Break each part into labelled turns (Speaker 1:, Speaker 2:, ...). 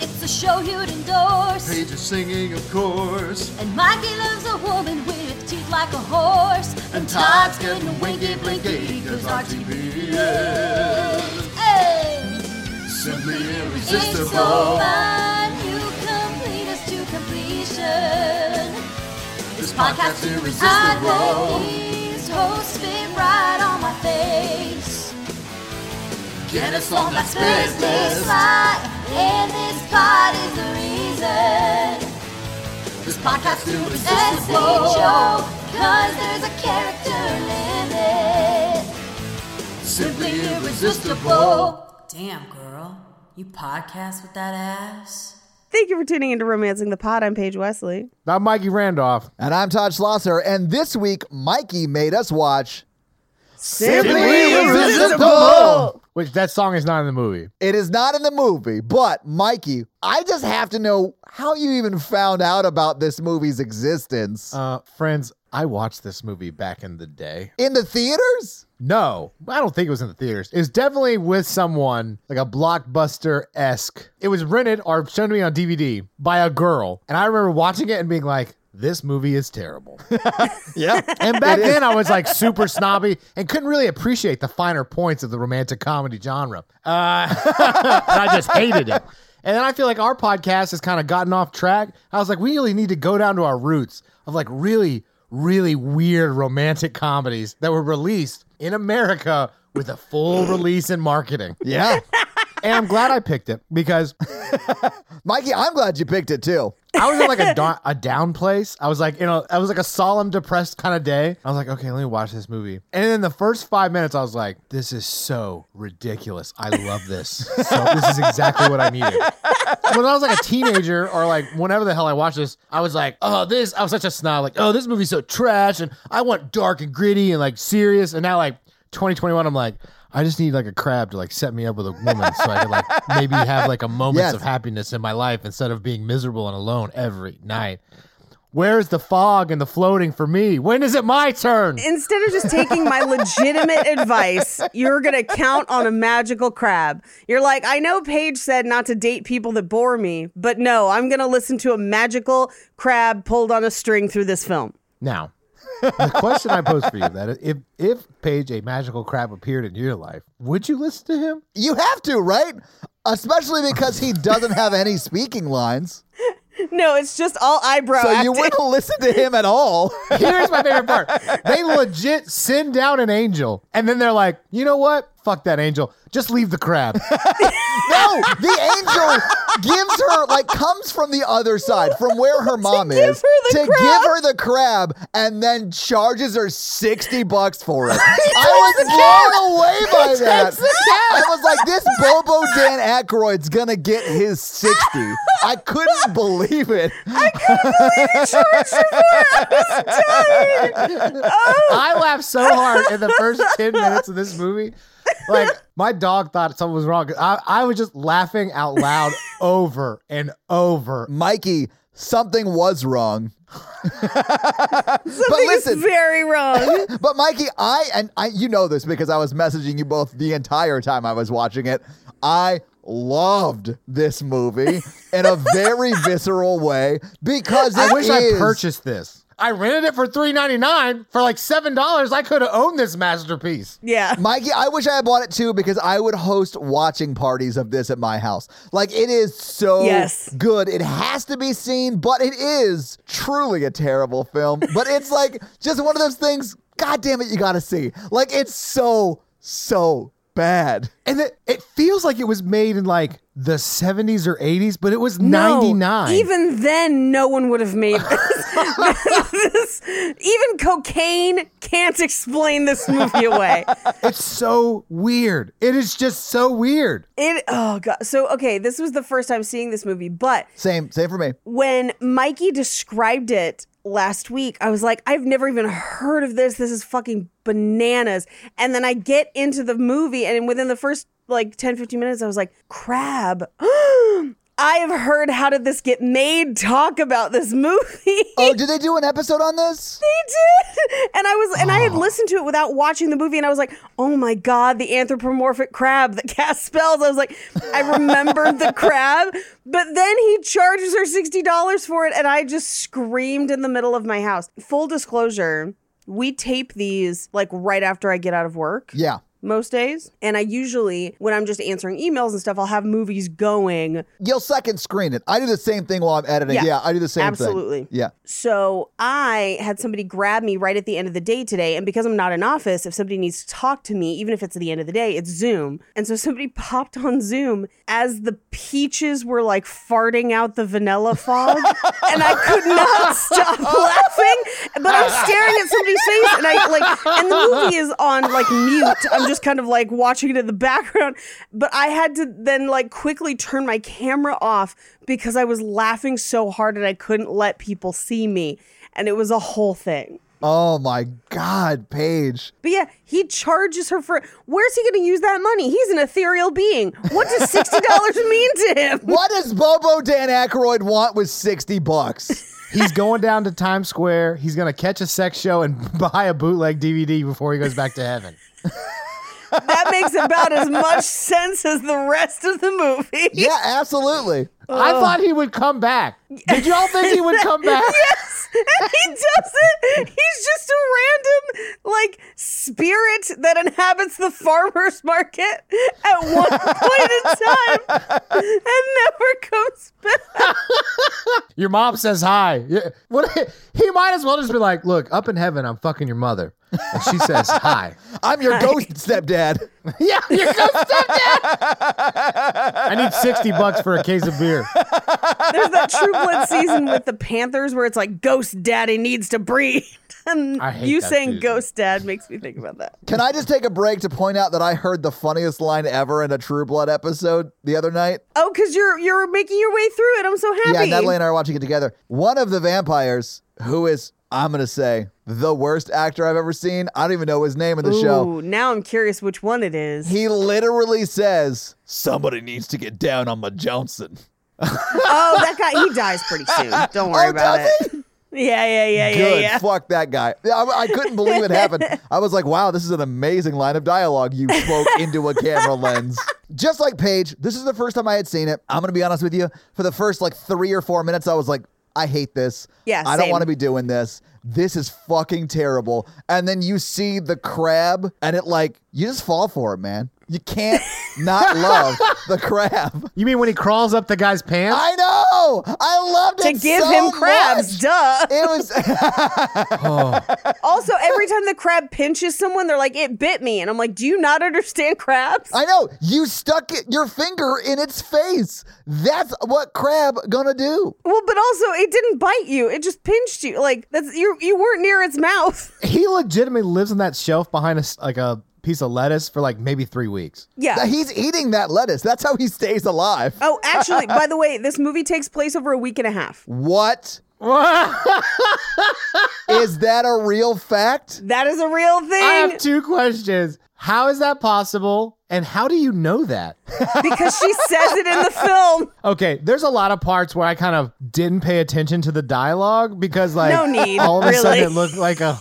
Speaker 1: It's a show you'd endorse.
Speaker 2: Paige is singing, of course.
Speaker 1: And Mikey loves a woman with teeth like a horse.
Speaker 2: And Todd's getting winky blinky, cause RTBS.
Speaker 1: Hey!
Speaker 2: Simply
Speaker 1: It's so
Speaker 2: irresistible.
Speaker 1: fun, you complete us to completion.
Speaker 2: This
Speaker 1: Podcast
Speaker 2: podcast's irresistible.
Speaker 1: I think these hosts fit right on my face.
Speaker 2: Get us on that
Speaker 1: First
Speaker 2: space
Speaker 1: this
Speaker 2: list.
Speaker 1: fly, and this part is the reason.
Speaker 2: This podcast's
Speaker 1: That's a
Speaker 2: irresistible.
Speaker 1: joke, cause there's a character limit.
Speaker 2: Simply irresistible.
Speaker 3: Damn, girl. You podcast with that ass?
Speaker 4: Thank you for tuning into Romancing the Pod. I'm Paige Wesley.
Speaker 5: Not Mikey Randolph.
Speaker 6: And I'm Todd Schlosser, and this week Mikey made us watch.
Speaker 5: Simply
Speaker 6: Irresistible.
Speaker 5: Which that song is not in the movie.
Speaker 6: It is not in the movie, but Mikey, I just have to know how you even found out about this movie's existence.
Speaker 5: Uh, friends, I watched this movie back in the day.
Speaker 6: in the theaters?
Speaker 5: No, I don't think it was in the theaters. It was definitely with someone, like a blockbuster esque. It was rented or shown to me on DVD by a girl. And I remember watching it and being like, this movie is terrible.
Speaker 6: Yeah.
Speaker 5: And back then, I was like super snobby and couldn't really appreciate the finer points of the romantic comedy genre. Uh, and I just hated it. And then I feel like our podcast has kind of gotten off track. I was like, we really need to go down to our roots of like really, really weird romantic comedies that were released in America with a full release and marketing.
Speaker 6: yeah.
Speaker 5: And I'm glad I picked it because
Speaker 6: Mikey, I'm glad you picked it too.
Speaker 5: I was in like a, da- a down place. I was like, you know, I was like a solemn, depressed kind of day. I was like, okay, let me watch this movie. And in the first five minutes, I was like, this is so ridiculous. I love this. So this is exactly what I needed. When I was like a teenager or like whenever the hell I watched this, I was like, oh, this, I was such a snob. Like, oh, this movie's so trash. And I want dark and gritty and like serious. And now like 2021, I'm like, I just need like a crab to like set me up with a woman so I can like maybe have like a moment
Speaker 6: Yes.
Speaker 5: of happiness in my life instead of being miserable and alone every night. Where's the fog and the floating for me? When is it my turn?
Speaker 4: Instead of just taking my legitimate advice, you're going to count on a magical crab. You're like, I know Paige said not to date people that bore me, but no, I'm going to listen to a magical crab pulled on a string through this film.
Speaker 5: Now, the question I pose for you that is, if if Paige a magical crab appeared in your life, would you listen to him?
Speaker 6: You have to, right? Especially because he doesn't have any speaking lines.
Speaker 4: No, it's just all eyebrow
Speaker 6: So you
Speaker 4: acting.
Speaker 6: wouldn't listen to him at all.
Speaker 5: Here's my favorite part. They legit send down an angel, and then they're like, you know what? Fuck that angel. Just leave the crab.
Speaker 6: No, the angel gives her like comes from the other side, from where her mom
Speaker 4: give
Speaker 6: is,
Speaker 4: her the
Speaker 6: to
Speaker 4: crab.
Speaker 6: give her the crab, and then charges her sixty bucks for it. I was blown away by that. I was like, this Bobo Dan Aykroyd's gonna get his sixty. I couldn't believe it.
Speaker 4: Oh.
Speaker 5: I laughed so hard in the first 10 minutes of this movie. Like, my dog thought something was wrong. I, I was just laughing out loud over and over.
Speaker 6: Mikey, something was wrong. but listen,
Speaker 4: Very wrong.
Speaker 6: But Mikey, I and I you know this because I was messaging you both the entire time I was watching it. I loved this movie in a very visceral way because it
Speaker 5: I wish I
Speaker 6: is-
Speaker 5: purchased this. I rented it for three ninety nine for like seven dollars. I could have owned this masterpiece.
Speaker 4: Yeah.
Speaker 6: Mikey, I wish I had bought it too because I would host watching parties of this at my house. Like it is so
Speaker 4: Yes.
Speaker 6: good. It has to be seen, but it is truly a terrible film. But it's like just one of those things, god damn it, you gotta see. Like it's so, so bad.
Speaker 5: And it, it feels like it was made in like the seventies or eighties, but it was ninety nine.
Speaker 4: Even then, no one would have made this. This- Even cocaine can't explain this movie away.
Speaker 5: it's so weird. It is just so weird.
Speaker 4: It oh god. So okay, this was the first time seeing this movie, but
Speaker 6: Same, same for me.
Speaker 4: when Mikey described it last week, I was like, I've never even heard of this. This is fucking bananas. And then I get into the movie, and within the first like 10, 15 minutes, I was like, crab. I have heard how did this get made talk about this movie.
Speaker 6: Oh, did they do an episode on this?
Speaker 4: They did. And I was and I had listened to it without watching the movie and I was like, "Oh my god, the anthropomorphic crab that casts spells." I was like, "I remembered the crab." But then he charges her $60 for it and I just screamed in the middle of my house. Full disclosure, we tape these like right after I get out of work
Speaker 6: Yeah.
Speaker 4: most days, and I usually when I'm just answering emails and stuff, I'll have movies going
Speaker 6: You'll second screen it. I do the same thing while I'm editing.
Speaker 4: Yeah.
Speaker 6: Yeah, I do the same
Speaker 4: Absolutely.
Speaker 6: thing. Yeah.
Speaker 4: So I had somebody grab me right at the end of the day today. And because I'm not in office, if somebody needs to talk to me, even if it's at the end of the day, it's Zoom. And so somebody popped on Zoom as the peaches were like farting out the vanilla fog. and I could not stop laughing. But I'm staring at somebody's face and I like and the movie is on like mute. I'm just kind of like watching it in the background. But I had to then like quickly turn my camera off because I was laughing so hard and I couldn't let people see me. And it was a whole thing.
Speaker 6: Oh my God, Paige.
Speaker 4: But yeah, he charges her for where's he gonna use that money? He's an ethereal being. What does sixty dollars mean to him?
Speaker 6: What does Bobo Dan Aykroyd want with 60 bucks?
Speaker 5: He's going down to Times Square. He's gonna catch a sex show and buy a bootleg DVD before he goes back to heaven.
Speaker 4: That makes about as much sense as the rest of the movie.
Speaker 6: yeah, absolutely.
Speaker 4: Oh.
Speaker 5: I thought he would come back. Did y'all think he would come back?
Speaker 4: Yes, and he doesn't. He's just a random like spirit that inhabits the farmers market at one point in time and never comes back.
Speaker 5: Your mom says hi. Yeah. What? He might as well just be like, "Look, up in heaven, I'm fucking your mother," and she says hi.
Speaker 6: I'm your ghost stepdad.
Speaker 5: yeah, you're so I need sixty bucks for a case of beer.
Speaker 4: There's that True Blood season with the Panthers where it's like Ghost Daddy needs to breed. And
Speaker 5: I hate
Speaker 4: you
Speaker 5: that
Speaker 4: saying
Speaker 5: season.
Speaker 4: Ghost Dad makes me think about that.
Speaker 6: Can I just take a break to point out that I heard the funniest line ever in a True Blood episode the other night?
Speaker 4: Oh, because you're you're making your way through it. I'm so happy.
Speaker 6: Yeah, Natalie and I are watching it together. One of the vampires, who is, I'm going to say, the worst actor I've ever seen. I don't even know his name in the show.
Speaker 4: Ooh, now I'm curious which one it is.
Speaker 6: He literally says, Somebody needs to get down on my Johnson.
Speaker 4: oh, that guy he dies pretty soon. Don't worry
Speaker 6: Oh,
Speaker 4: about
Speaker 6: does
Speaker 4: it. Yeah, yeah, yeah, yeah,
Speaker 6: Good.
Speaker 4: yeah.
Speaker 6: Fuck that guy. Yeah, I, I couldn't believe it happened. I was like, wow, this is an amazing line of dialogue you spoke into a camera lens. Just like Paige, this is the first time I had seen it. I'm going to be honest with you. For the first like three or four minutes, I was like, I hate this.
Speaker 4: Yeah,
Speaker 6: I don't
Speaker 4: same.
Speaker 6: want to be doing this. This is fucking terrible. And then you see the crab, and it like, you just fall for it, man. You can't not love the crab.
Speaker 5: You mean when he crawls up the guy's pants?
Speaker 6: I know. I loved
Speaker 4: to
Speaker 6: it.
Speaker 4: give
Speaker 6: so
Speaker 4: him crabs,
Speaker 6: much.
Speaker 4: duh.
Speaker 6: It was.
Speaker 4: Also, every time the crab pinches someone, they're like, "It bit me," and I'm like, "Do you not understand crabs?"
Speaker 6: I know you stuck it, your finger in its face. That's what crab gonna do.
Speaker 4: well, but also, it didn't bite you; it just pinched you. Like that's you you weren't near its mouth.
Speaker 5: He legitimately lives on that shelf behind us, like a piece of lettuce, for like maybe three weeks.
Speaker 4: Yeah.
Speaker 6: He's eating that lettuce. That's how he stays alive.
Speaker 4: oh, actually, by the way, this movie takes place over a week and a half.
Speaker 6: What is that a real fact?
Speaker 4: That is a real thing.
Speaker 5: I have two questions. How is that possible? And how do you know that?
Speaker 4: because she says it in the film.
Speaker 5: Okay, there's a lot of parts where I kind of didn't pay attention to the dialogue because like
Speaker 4: No need,
Speaker 5: all of a sudden
Speaker 4: really.
Speaker 5: it looked like a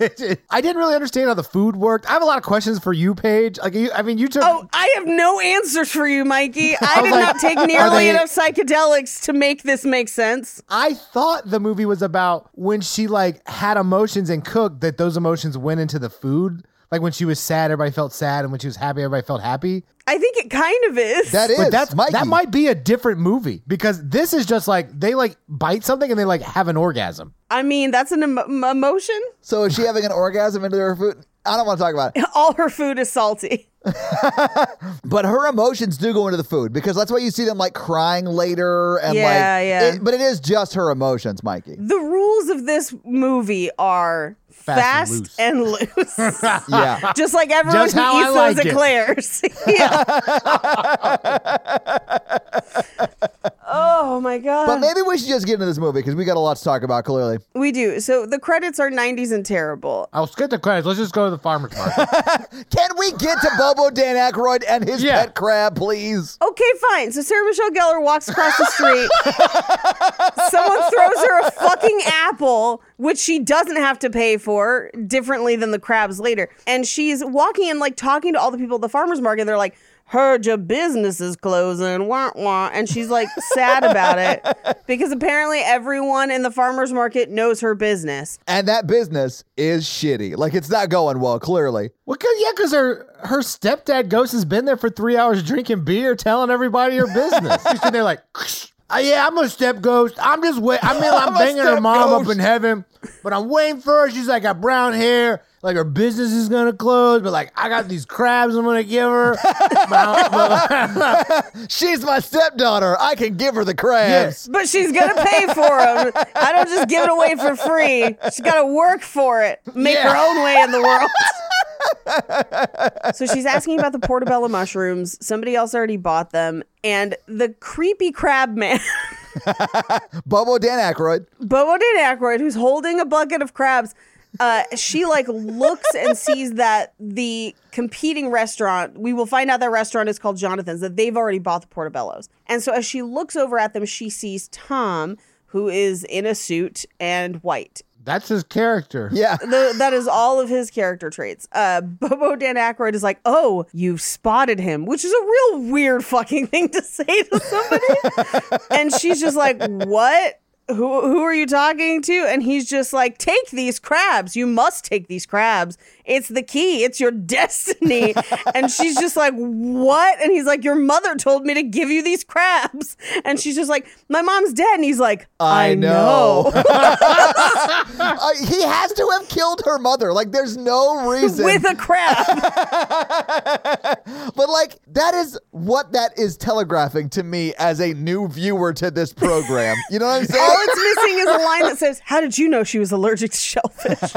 Speaker 5: I didn't really understand how the food worked. I have a lot of questions for you, Paige. Like, you, I mean, you took.
Speaker 4: Oh, I have no answers for you, Mikey. I
Speaker 5: was
Speaker 4: did
Speaker 5: like,
Speaker 4: not take
Speaker 5: are
Speaker 4: nearly
Speaker 5: they-
Speaker 4: enough psychedelics to make this make sense.
Speaker 5: I thought the movie was about when she like had emotions and cooked that those emotions went into the food. Like when she was sad, everybody felt sad, and when she was happy, everybody felt happy.
Speaker 4: I think it kind of is.
Speaker 6: That is
Speaker 5: But that's
Speaker 6: Mikey.
Speaker 5: that might be a different movie because this is just like they like bite something and they like have an orgasm.
Speaker 4: I mean, that's an em- em- emotion.
Speaker 6: So is she having an orgasm into her food? I don't want to talk about it.
Speaker 4: All her food is salty.
Speaker 6: But her emotions do go into the food because that's why you see them like crying later and
Speaker 4: Yeah,
Speaker 6: like
Speaker 4: yeah.
Speaker 6: it- but it is just her emotions, Mikey.
Speaker 4: The rules of this movie are fast,
Speaker 5: Fast
Speaker 4: and loose.
Speaker 6: Yeah.
Speaker 4: Just like everyone
Speaker 5: Just
Speaker 4: who
Speaker 5: how I
Speaker 4: eats
Speaker 5: like
Speaker 4: those
Speaker 5: it.
Speaker 4: eclairs. yeah. oh my god.
Speaker 6: but maybe we should just get into this movie because we got a lot to talk about clearly.
Speaker 4: we do. So the credits are 90s and terrible.
Speaker 5: I'll skip the credits. Let's just go to the farmer's market.
Speaker 6: Can we get to Bobo Dan Aykroyd and his
Speaker 5: Yeah.
Speaker 6: pet crab, please?
Speaker 4: Okay, fine. So Sarah Michelle Gellar walks across the street. Someone throws her a fucking apple, which she doesn't have to pay for, differently than the crabs later. And she's walking and like talking to all the people at the farmers market. They're like, "Heard your business is closing," wah wah, and she's like sad about it because apparently everyone in the farmers market knows her business.
Speaker 6: And that business is shitty. Like it's not going well, clearly.
Speaker 5: well, cause, yeah, because her her stepdad ghost has been there for three hours drinking beer, telling everybody her business. She's sitting there like, "Uh, yeah, I'm a step ghost. I'm just wait. I mean, I'm,
Speaker 6: I'm a
Speaker 5: banging her
Speaker 6: step
Speaker 5: mom up
Speaker 6: ghost."
Speaker 5: in heaven, but I'm waiting for her. She's like got brown hair. Like her business is gonna close, but like I got these crabs I'm gonna give her. But I- but-
Speaker 6: She's my stepdaughter. I can give her the crabs.
Speaker 4: But she's gonna pay for them. I don't just give it away for free. She's gotta work for it, make her
Speaker 5: Yeah.
Speaker 4: own way in the world. so she's asking about the portobello mushrooms. Somebody else already bought them, and the creepy crab man,
Speaker 6: Bobo Dan Aykroyd.
Speaker 4: Bobo Dan Aykroyd, who's holding a bucket of crabs. Uh, she like looks and sees that the competing restaurant we will find out that restaurant is called jonathan's that they've already bought the portobellos and so as she looks over at them she sees tom who is in a suit and white
Speaker 5: That's his character.
Speaker 6: Yeah.
Speaker 4: Th that is all of his character traits. Uh, Bobo Dan Aykroyd is like, "Oh, you've spotted him," which is a real weird fucking thing to say to somebody. and she's just like, "What? Who who are you talking to?" And he's just like, "Take these crabs. You must take these crabs. It's the key. It's your destiny." and she's just like, "What?" And he's like, "Your mother told me to give you these crabs." And she's just like, "My mom's dead." And he's like, "I,
Speaker 6: I
Speaker 4: know."
Speaker 6: know. Uh, he has to have killed her mother. Like, there's no reason.
Speaker 4: With a crab.
Speaker 6: but, like, that is what that is telegraphing to me as a new viewer to this program. You know what I'm
Speaker 4: All
Speaker 6: saying?
Speaker 4: it's missing is a line that says, "How did you know she was allergic to shellfish?"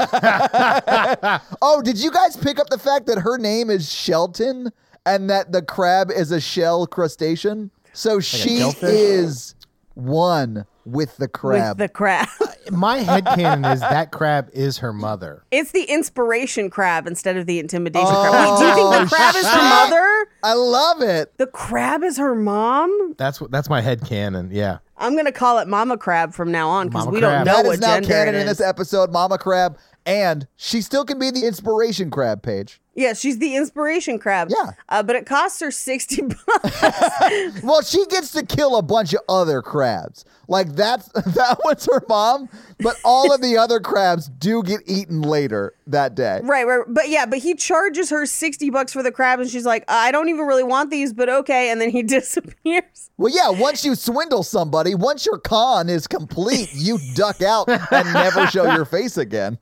Speaker 6: oh, did you guys pick up the fact that her name is Shelton and that the crab is a shell crustacean? So she
Speaker 5: shellfish?
Speaker 6: is one with the crab.
Speaker 4: With the crab,
Speaker 5: My headcanon is that crab is her mother.
Speaker 4: it's the inspiration crab instead of the intimidation crab. Wait, do you think the
Speaker 6: Oh,
Speaker 4: crab is her
Speaker 6: shit.
Speaker 4: mother?
Speaker 6: I love it.
Speaker 4: The crab is her mom.
Speaker 5: That's what that's my headcanon. Yeah.
Speaker 4: I'm gonna call it Mama Crab from now on because
Speaker 5: Mama
Speaker 4: we
Speaker 5: Crab.
Speaker 4: don't know
Speaker 6: That
Speaker 4: what
Speaker 6: is now
Speaker 4: gender
Speaker 6: canon
Speaker 4: it
Speaker 6: in
Speaker 4: is.
Speaker 6: this episode, Mama Crab, and she still can be the inspiration crab page.
Speaker 4: yeah, she's the inspiration crab.
Speaker 6: Yeah.
Speaker 4: uh, but it costs her sixty bucks.
Speaker 6: Well, she gets to kill a bunch of other crabs. Like that's that one's her mom, but all of the other crabs do get eaten later that day.
Speaker 4: Right, right, but yeah, but he charges her sixty bucks for the crab, and she's like, "I don't even really want these, but okay." And then he disappears.
Speaker 6: Well, yeah, once you swindle somebody, once your con is complete, you duck out and never show your face again.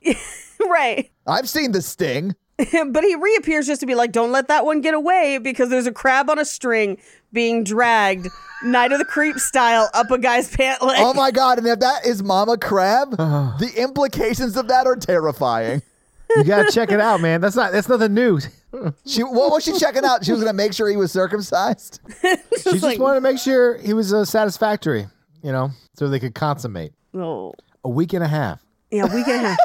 Speaker 4: right,
Speaker 6: I've seen the sting.
Speaker 4: but he reappears just to be like, don't let that one get away because there's a crab on a string being dragged, Night of the Creep style, up a guy's pant leg.
Speaker 6: Oh my god, and if that is Mama Crab, the implications of that are terrifying.
Speaker 5: You gotta check it out, man. That's not that's nothing new. She
Speaker 6: She what was she checking out? She was gonna make sure he was circumcised.
Speaker 5: just
Speaker 4: like-
Speaker 5: wanted to make sure he was uh, satisfactory, you know, so they could consummate.
Speaker 4: Oh.
Speaker 5: A week and a half.
Speaker 4: Yeah, we can have.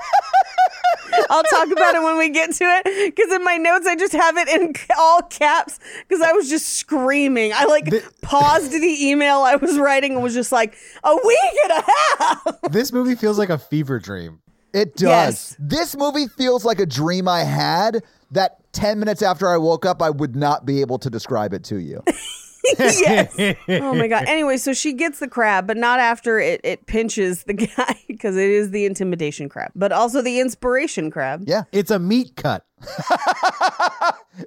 Speaker 4: I'll talk about it when we get to it because in my notes I just have it in c- all caps because I was just screaming. I like paused the email I was writing and was just like, a week and a half.
Speaker 5: This movie feels like a fever dream.
Speaker 6: It does. This movie feels like a dream I had that 10 minutes after I woke up, I would not be able to describe it to you.
Speaker 4: yes. Oh my god. Anyway, so she gets the crab, but not after it, it pinches the guy because it is the intimidation crab, but also the inspiration crab.
Speaker 6: Yeah.
Speaker 5: It's a meat cut.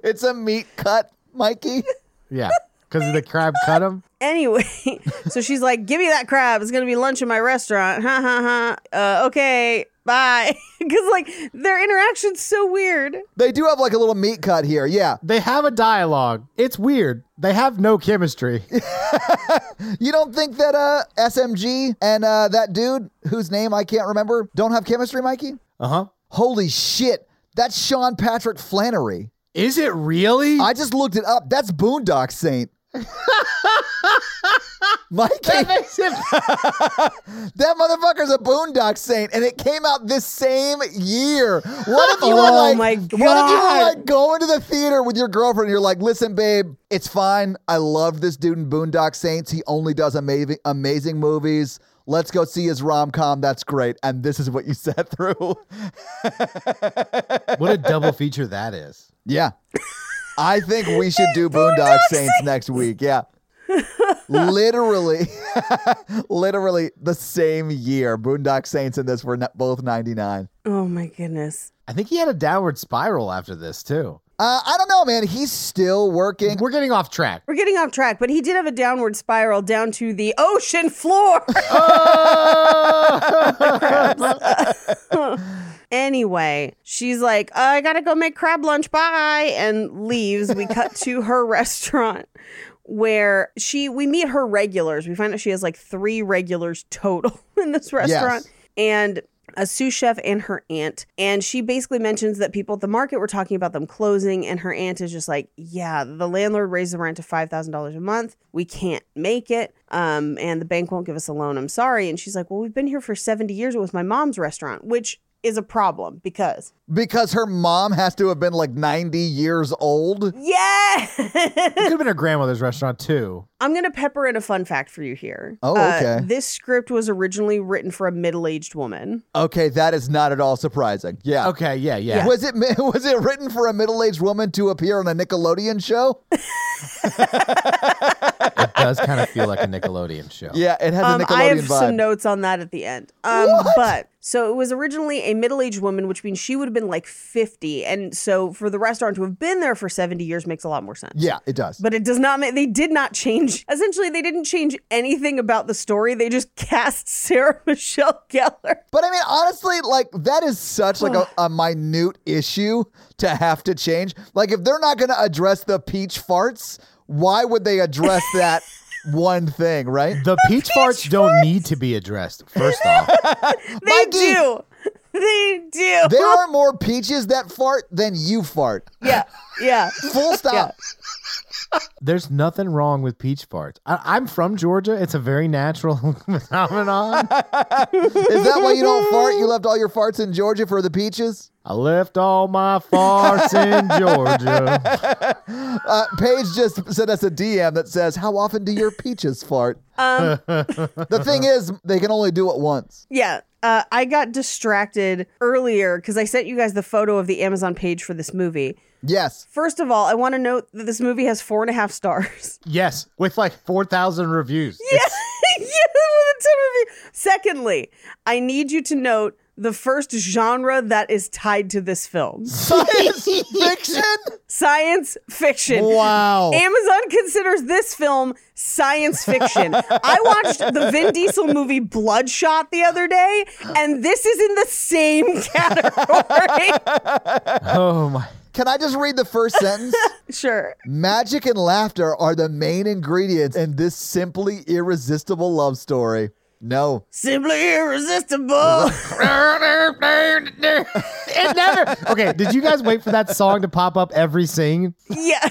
Speaker 6: It's a meat cut, Mikey.
Speaker 5: Yeah. Because the crab cut him.
Speaker 4: Anyway, so she's like, "Give me that crab. It's gonna be lunch in my restaurant." Ha ha ha. Uh, okay, bye. Because like their interaction's so weird.
Speaker 6: They do have like a little meat cut here. Yeah.
Speaker 5: They have a dialogue. It's weird. They have no chemistry.
Speaker 6: You don't think that uh SMG and uh that dude whose name I can't remember don't have chemistry, Mikey?
Speaker 5: Uh huh.
Speaker 6: Holy shit. That's Sean Patrick Flannery.
Speaker 5: Is it really?
Speaker 6: I just looked it up. That's Boondock Saint. Mikey,
Speaker 5: That makes it-
Speaker 6: that motherfucker's a boondock saint, and it came out this same year. What if you were
Speaker 4: Oh
Speaker 6: like,
Speaker 4: my
Speaker 6: what if you were
Speaker 4: God.
Speaker 6: like going to the theater with your girlfriend? And you're like, listen, babe, it's fine. I love this dude in Boondock Saints. He only does amazing, amazing movies. Let's go see his rom com. That's great. And this is what you sat through.
Speaker 5: what a double feature that is.
Speaker 6: Yeah. I think we should do Boondock Saints next week. Yeah. literally, literally the same year. Boondock Saints and this were n- both 99.
Speaker 4: Oh my goodness.
Speaker 5: I think he had a downward spiral after this, too.
Speaker 6: Uh, I don't know, man. He's still working.
Speaker 5: We're getting off track.
Speaker 4: We're getting off track, but he did have a downward spiral down to the ocean floor.
Speaker 6: Uh!
Speaker 4: Anyway, she's like, I gotta go make crab lunch. Bye. And leaves. We cut to her restaurant where she we meet her regulars. We find out she has like three regulars total in this restaurant. And a sous chef and her aunt. And she basically mentions that people at the market were talking about them closing. And her aunt is just like, Yeah, the landlord raised the rent to $5,000 a month. We can't make it. Um, and the bank won't give us a loan. I'm sorry. And she's like, Well, we've been here for 70 years. It was my mom's restaurant, which is a problem because.
Speaker 6: Because her mom has to have been like 90 years old.
Speaker 4: Yeah!
Speaker 5: It could have been her grandmother's restaurant, too.
Speaker 4: I'm going to pepper in a fun fact for you here.
Speaker 6: Oh,
Speaker 4: Uh,
Speaker 6: okay.
Speaker 4: this script was originally written for a middle aged woman.
Speaker 6: Okay, that is not at all surprising. Yeah.
Speaker 5: Okay, yeah, yeah.
Speaker 6: Was it mi- was it written for a middle aged woman to appear on a Nickelodeon show?
Speaker 5: It does kind of feel like a Nickelodeon show.
Speaker 6: Yeah, it has a
Speaker 4: Um,
Speaker 6: Nickelodeon
Speaker 4: I have
Speaker 6: vibe.
Speaker 4: some notes on that at the end. Um, But so it was originally a middle aged woman, which means she would have been like 50. And so for the restaurant to have been there for 70 years makes a lot more sense.
Speaker 6: yeah, it does.
Speaker 4: But it does not make, they did not change. Essentially, they didn't change anything about the story. They just cast Sarah Michelle Gellar.
Speaker 6: But I mean, honestly, like that is such like a, a minute issue to have to change. Like, if they're not going to address the peach farts, why would they address that one thing, right?
Speaker 5: The peach farts don't need to be addressed, first off.
Speaker 4: They do. They do.
Speaker 6: There are more peaches that fart than you fart.
Speaker 4: yeah. Yeah.
Speaker 6: Full stop.
Speaker 5: There's nothing wrong with peach farts. I- I'm from Georgia. It's a very natural phenomenon.
Speaker 6: Is that why you don't fart? You left all your farts in Georgia for the peaches?
Speaker 5: I left all my farts in Georgia.
Speaker 6: Uh, Paige just sent us a DM that says, How often do your peaches fart?
Speaker 4: Um,
Speaker 6: the thing is, they can only do it once.
Speaker 4: Yeah. Uh, I got distracted earlier because I sent you guys the photo of the Amazon page for this movie.
Speaker 6: Yes.
Speaker 4: First of all, I want to note that this movie has four and a half stars.
Speaker 5: Yes, with like 4,000 reviews.
Speaker 4: yeah, with a 10 review. Secondly, I need you to note the first genre that is tied to this film
Speaker 6: Science fiction?
Speaker 4: science fiction.
Speaker 6: Wow.
Speaker 4: Amazon considers this film science fiction. I watched the Vin Diesel movie Bloodshot the other day, and this is in the same category.
Speaker 5: Oh my.
Speaker 6: Can I just read the first sentence?
Speaker 4: sure.
Speaker 6: Magic and laughter are the main ingredients in this simply irresistible love story. No.
Speaker 4: Simply irresistible.
Speaker 5: It never. Okay, did you guys wait for that song to pop up every sing?
Speaker 4: yeah.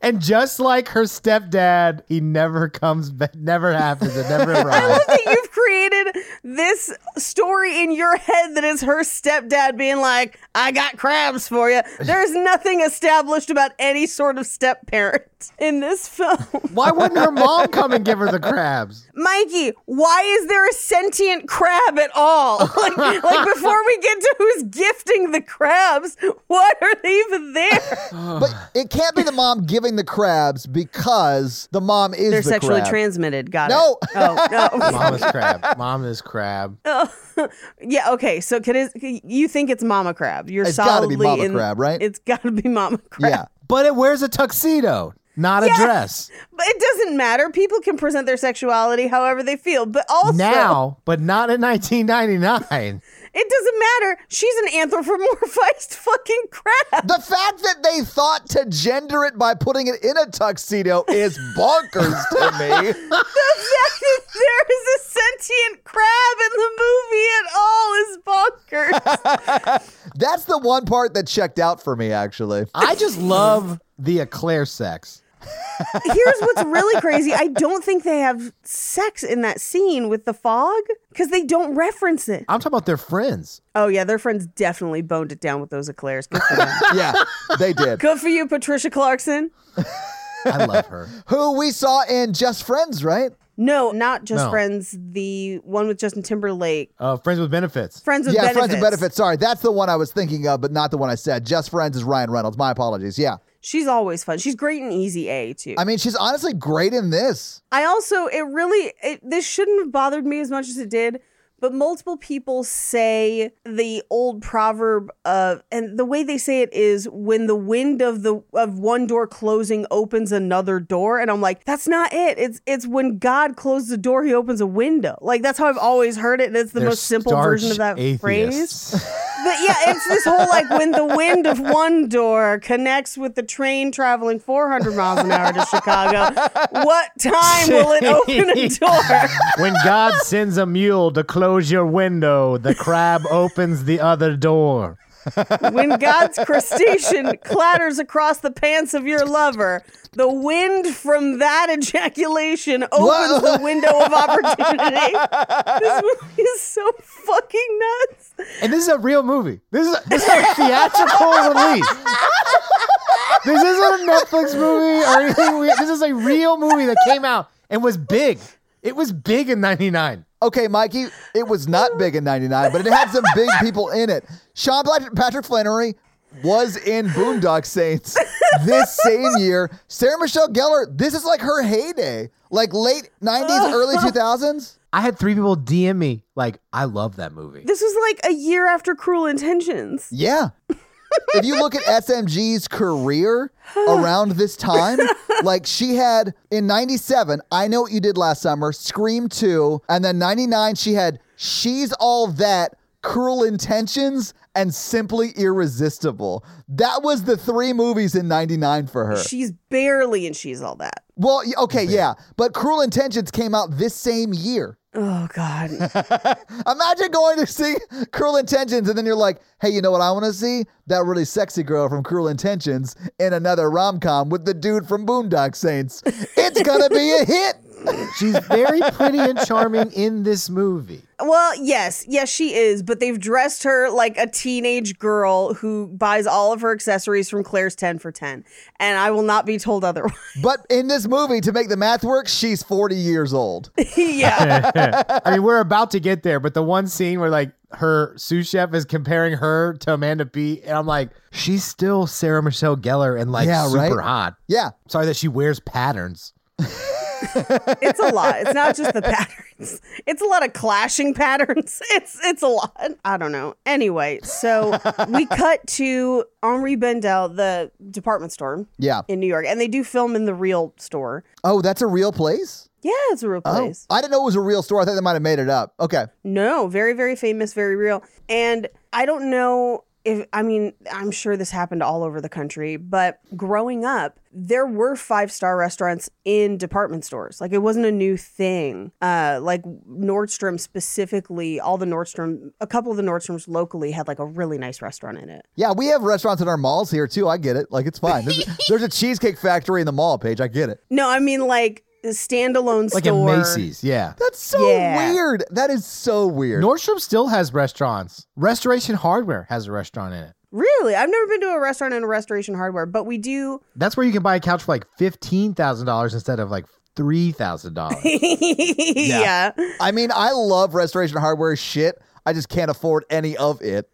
Speaker 5: And just like her stepdad, he never comes back. Never happens. It never arrives.
Speaker 4: that you've created this story in your head that is her stepdad being like, I got crabs for you. There's nothing established about any sort of step parent in this film.
Speaker 5: Why wouldn't her mom come and give her the crabs?
Speaker 4: Mikey, why is there a sentient crab at all? Like, like before we get to who's gifting the crabs, what are they even there?
Speaker 6: But it can't be the mom giving the crabs because the mom is
Speaker 4: They're
Speaker 6: the
Speaker 4: sexually
Speaker 6: crab.
Speaker 4: transmitted. Got
Speaker 6: No.
Speaker 4: it. Oh, no.
Speaker 5: Mama's crab. Mama's crab.
Speaker 4: yeah, okay. So can is, you think it's mama crab. You're
Speaker 6: It's gotta
Speaker 4: solidly
Speaker 6: be mama
Speaker 4: in,
Speaker 6: crab, right?
Speaker 4: It's got to be mama crab.
Speaker 6: Yeah.
Speaker 5: But it wears a tuxedo, not a dress.
Speaker 4: But it doesn't matter. People can present their sexuality however they feel. But also,
Speaker 5: Now, but not in 1999.
Speaker 4: it doesn't matter. She's an anthropomorphized fucking crab.
Speaker 6: The fact that they thought to gender it by putting it in a tuxedo is bonkers to me.
Speaker 4: The fact that there is a sentient crab in the movie at all is bonkers.
Speaker 6: That's the one part that checked out for me, actually.
Speaker 5: I just love the eclair sex.
Speaker 4: Here's what's really crazy. I don't think they have sex in that scene with the fog because they don't reference it.
Speaker 5: I'm talking about their friends.
Speaker 4: Oh, yeah, their friends definitely boned it down with those eclairs. Good for, them.
Speaker 6: yeah, they did.
Speaker 4: Good for you, Patricia Clarkson.
Speaker 5: I love her.
Speaker 6: Who we saw in Just Friends, right?
Speaker 4: No, not just
Speaker 5: No.
Speaker 4: friends. The one with Justin Timberlake.
Speaker 5: Uh, friends with benefits.
Speaker 4: Friends with
Speaker 6: yeah,
Speaker 4: benefits.
Speaker 6: Friends and Benefits. Sorry, that's the one I was thinking of, but not the one I said. Just Friends is Ryan Reynolds. My apologies. Yeah.
Speaker 4: She's always fun. She's great in Easy A too.
Speaker 6: I mean, she's honestly great in this.
Speaker 4: I also it really it, this shouldn't have bothered me as much as it did, but multiple people say the old proverb of and the way they say it is when the wind of the of one door closing opens another door and I'm like that's not it. It's it's when God closes a door he opens a window. Like that's how I've always heard it and it's the
Speaker 5: They're
Speaker 4: most simple
Speaker 5: starch
Speaker 4: version of that phrase.
Speaker 5: atheists.
Speaker 4: But yeah, it's this whole like when the wind of one door connects with the train traveling 400 miles an hour to Chicago, what time will it open a door?
Speaker 5: When God sends a mule to close your window, the crab opens the other door.
Speaker 4: When God's crustacean clatters across the pants of your lover, the wind from that ejaculation opens
Speaker 6: Whoa.
Speaker 4: the window of opportunity. This movie is so fucking nuts.
Speaker 5: And this is a real movie. This is this is a theatrical release. This isn't a Netflix movie or anything. Weird. This is a real movie that came out and was big. It was big in '99.
Speaker 6: Okay, Mikey, it was not big in 99, but it had some big people in it. Sean Pat- Patrick Flannery was in Boondock Saints this same year. Sarah Michelle Gellar, this is like her heyday, like late 90s, early 2000s.
Speaker 5: I had three people DM me like, "I love that movie."
Speaker 4: This was like a year after Cruel Intentions.
Speaker 6: Yeah. if you look at SMG's career around this time, like she had in 97, I Know What You Did Last Summer, Scream 2, and then 99, she had She's All That, Cruel Intentions, and Simply Irresistible. That was the three movies in 99 for her.
Speaker 4: She's barely and she's all that.
Speaker 6: well, y- okay, yeah, but Cruel Intentions came out this same year.
Speaker 4: Oh God.
Speaker 6: Imagine going to see Cruel Intentions and then you're like, hey, you know what I want to see? That really sexy girl from Cruel Intentions in another rom com with the dude from Boondock Saints. It's going to be a hit.
Speaker 5: She's very pretty and charming in this movie.
Speaker 4: Well, yes, yes, she is, but they've dressed her like a teenage girl who buys all of her accessories from Claire's 10 for 10. And I will not be told otherwise.
Speaker 6: But in this movie, to make the math work, she's 40 years old.
Speaker 4: yeah.
Speaker 5: I mean, we're about to get there, but the one scene where like her sous chef is comparing her to Amanda B, and I'm like, she's still Sarah Michelle Gellar and like
Speaker 6: Yeah,
Speaker 5: super
Speaker 6: right?
Speaker 5: hot.
Speaker 6: Yeah.
Speaker 5: Sorry that she wears patterns.
Speaker 4: It's a lot. It's not just the patterns. It's a lot of clashing patterns. It's it's a lot. I don't know. Anyway, so we cut to Henri Bendel, the department store
Speaker 6: Yeah.
Speaker 4: in New York, and they do film in the real store.
Speaker 6: Oh, that's a real place?
Speaker 4: Yeah, it's a real
Speaker 6: Oh.
Speaker 4: place.
Speaker 6: I didn't know it was a real store. I thought they might have made it up. Okay.
Speaker 4: No, very, very famous, very real. And I don't know if, I mean, I'm sure this happened all over the country, but growing up, there were five star restaurants in department stores. Like it wasn't a new thing. Uh, like Nordstrom specifically, all the Nordstrom, a couple of the Nordstroms locally had like a really nice restaurant in it.
Speaker 6: Yeah, we have restaurants in our malls here too. I get it. Like, it's fine. There's a, there's a cheesecake factory in the mall, Paige. I get it.
Speaker 4: No, I mean like standalone
Speaker 5: like
Speaker 4: store.
Speaker 5: in Macy's. Yeah.
Speaker 6: That's so
Speaker 4: Yeah.
Speaker 6: weird. That is so weird.
Speaker 5: Nordstrom still has restaurants. Restoration Hardware has a restaurant in it.
Speaker 4: Really? I've never been to a restaurant in Restoration Hardware, but we do.
Speaker 5: That's where you can buy a couch for like fifteen thousand dollars instead of like three thousand dollars.
Speaker 4: yeah. yeah.
Speaker 6: I mean, I love Restoration Hardware shit. I just can't afford any of it.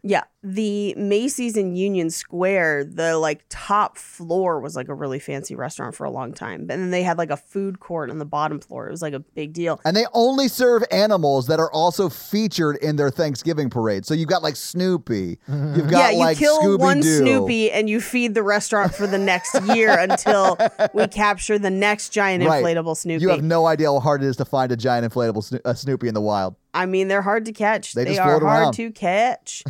Speaker 4: The Macy's in Union Square, the like top floor was like a really fancy restaurant for a long time. And then they had like a food court on the bottom floor. It was like a big deal.
Speaker 6: And they only serve animals that are also featured in their Thanksgiving parade. So you've got like Snoopy. You've got
Speaker 4: yeah, you
Speaker 6: like
Speaker 4: kill
Speaker 6: Scooby
Speaker 4: one
Speaker 6: Doo.
Speaker 4: Snoopy and you feed the restaurant for the next year until we capture the next giant
Speaker 6: Right.
Speaker 4: inflatable Snoopy.
Speaker 6: You have no idea how hard it is to find a giant inflatable Snoo- uh, Snoopy in the wild.
Speaker 4: I mean, they're hard to catch.
Speaker 6: They
Speaker 4: They,
Speaker 6: just
Speaker 4: are
Speaker 6: float around.
Speaker 4: hard to catch.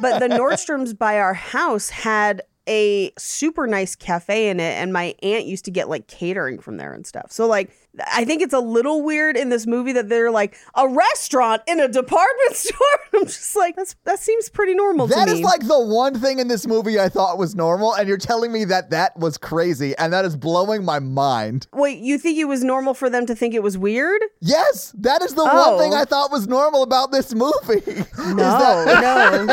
Speaker 4: but the Nordstroms by our house had a super nice cafe in it, and my aunt used to get like catering from there and stuff. So like, I think it's a little weird in this movie that they're like a restaurant in a department store. I'm just like, that's that seems pretty normal
Speaker 6: That
Speaker 4: to
Speaker 6: is
Speaker 4: me.
Speaker 6: like the one thing in this movie I thought was normal, and you're telling me that that was crazy, and that is blowing my mind.
Speaker 4: Wait, you think it was normal for them to think it was weird?
Speaker 6: Yes, that is the
Speaker 4: Oh.
Speaker 6: one thing I thought was normal about this movie.
Speaker 4: No, no.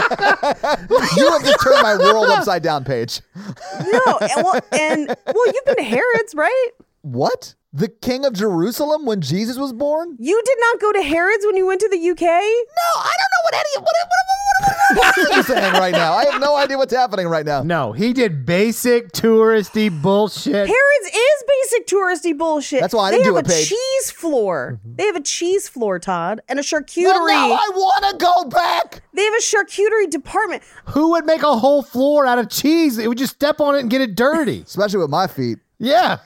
Speaker 6: you have just turned my world upside down, Paige.
Speaker 4: No, and well, and well, you've been to Harrods, right?
Speaker 6: What? The king of Jerusalem when Jesus was born?
Speaker 4: You did not go to Harrods when you went to the UK.
Speaker 6: No, I don't know what any what what, what, what, what, what are you saying right now. I have no idea what's happening right now.
Speaker 5: No, he did basic touristy bullshit.
Speaker 4: Harrods is basic touristy bullshit.
Speaker 6: That's why I
Speaker 4: they
Speaker 6: didn't do
Speaker 4: have
Speaker 6: it,
Speaker 4: a
Speaker 6: Paige.
Speaker 4: cheese floor. They have a cheese floor, Todd, and a charcuterie.
Speaker 6: Well, now I want to go back.
Speaker 4: they have a charcuterie department.
Speaker 5: Who would make a whole floor out of cheese? It would just step on it and get it dirty.
Speaker 6: Especially with my feet.
Speaker 5: Yeah.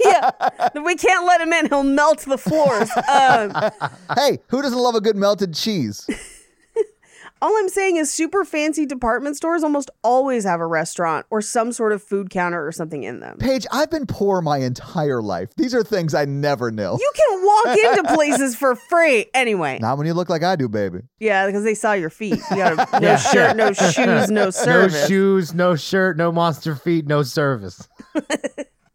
Speaker 4: Yeah, we can't let him in. He'll melt the floors. Um,
Speaker 6: Hey, who doesn't love a good melted cheese?
Speaker 4: all I'm saying is, super fancy department stores almost always have a restaurant or some sort of food counter or something in them.
Speaker 6: Paige, I've been poor my entire life. These are things I never knew.
Speaker 4: You can walk into places for free anyway.
Speaker 6: Not when you look like I do, baby.
Speaker 4: Yeah, because they saw your feet. You got a, no
Speaker 5: Yeah.
Speaker 4: shirt, no shoes, no
Speaker 5: no
Speaker 4: service.
Speaker 5: shoes, no shirt, no monster feet, no service.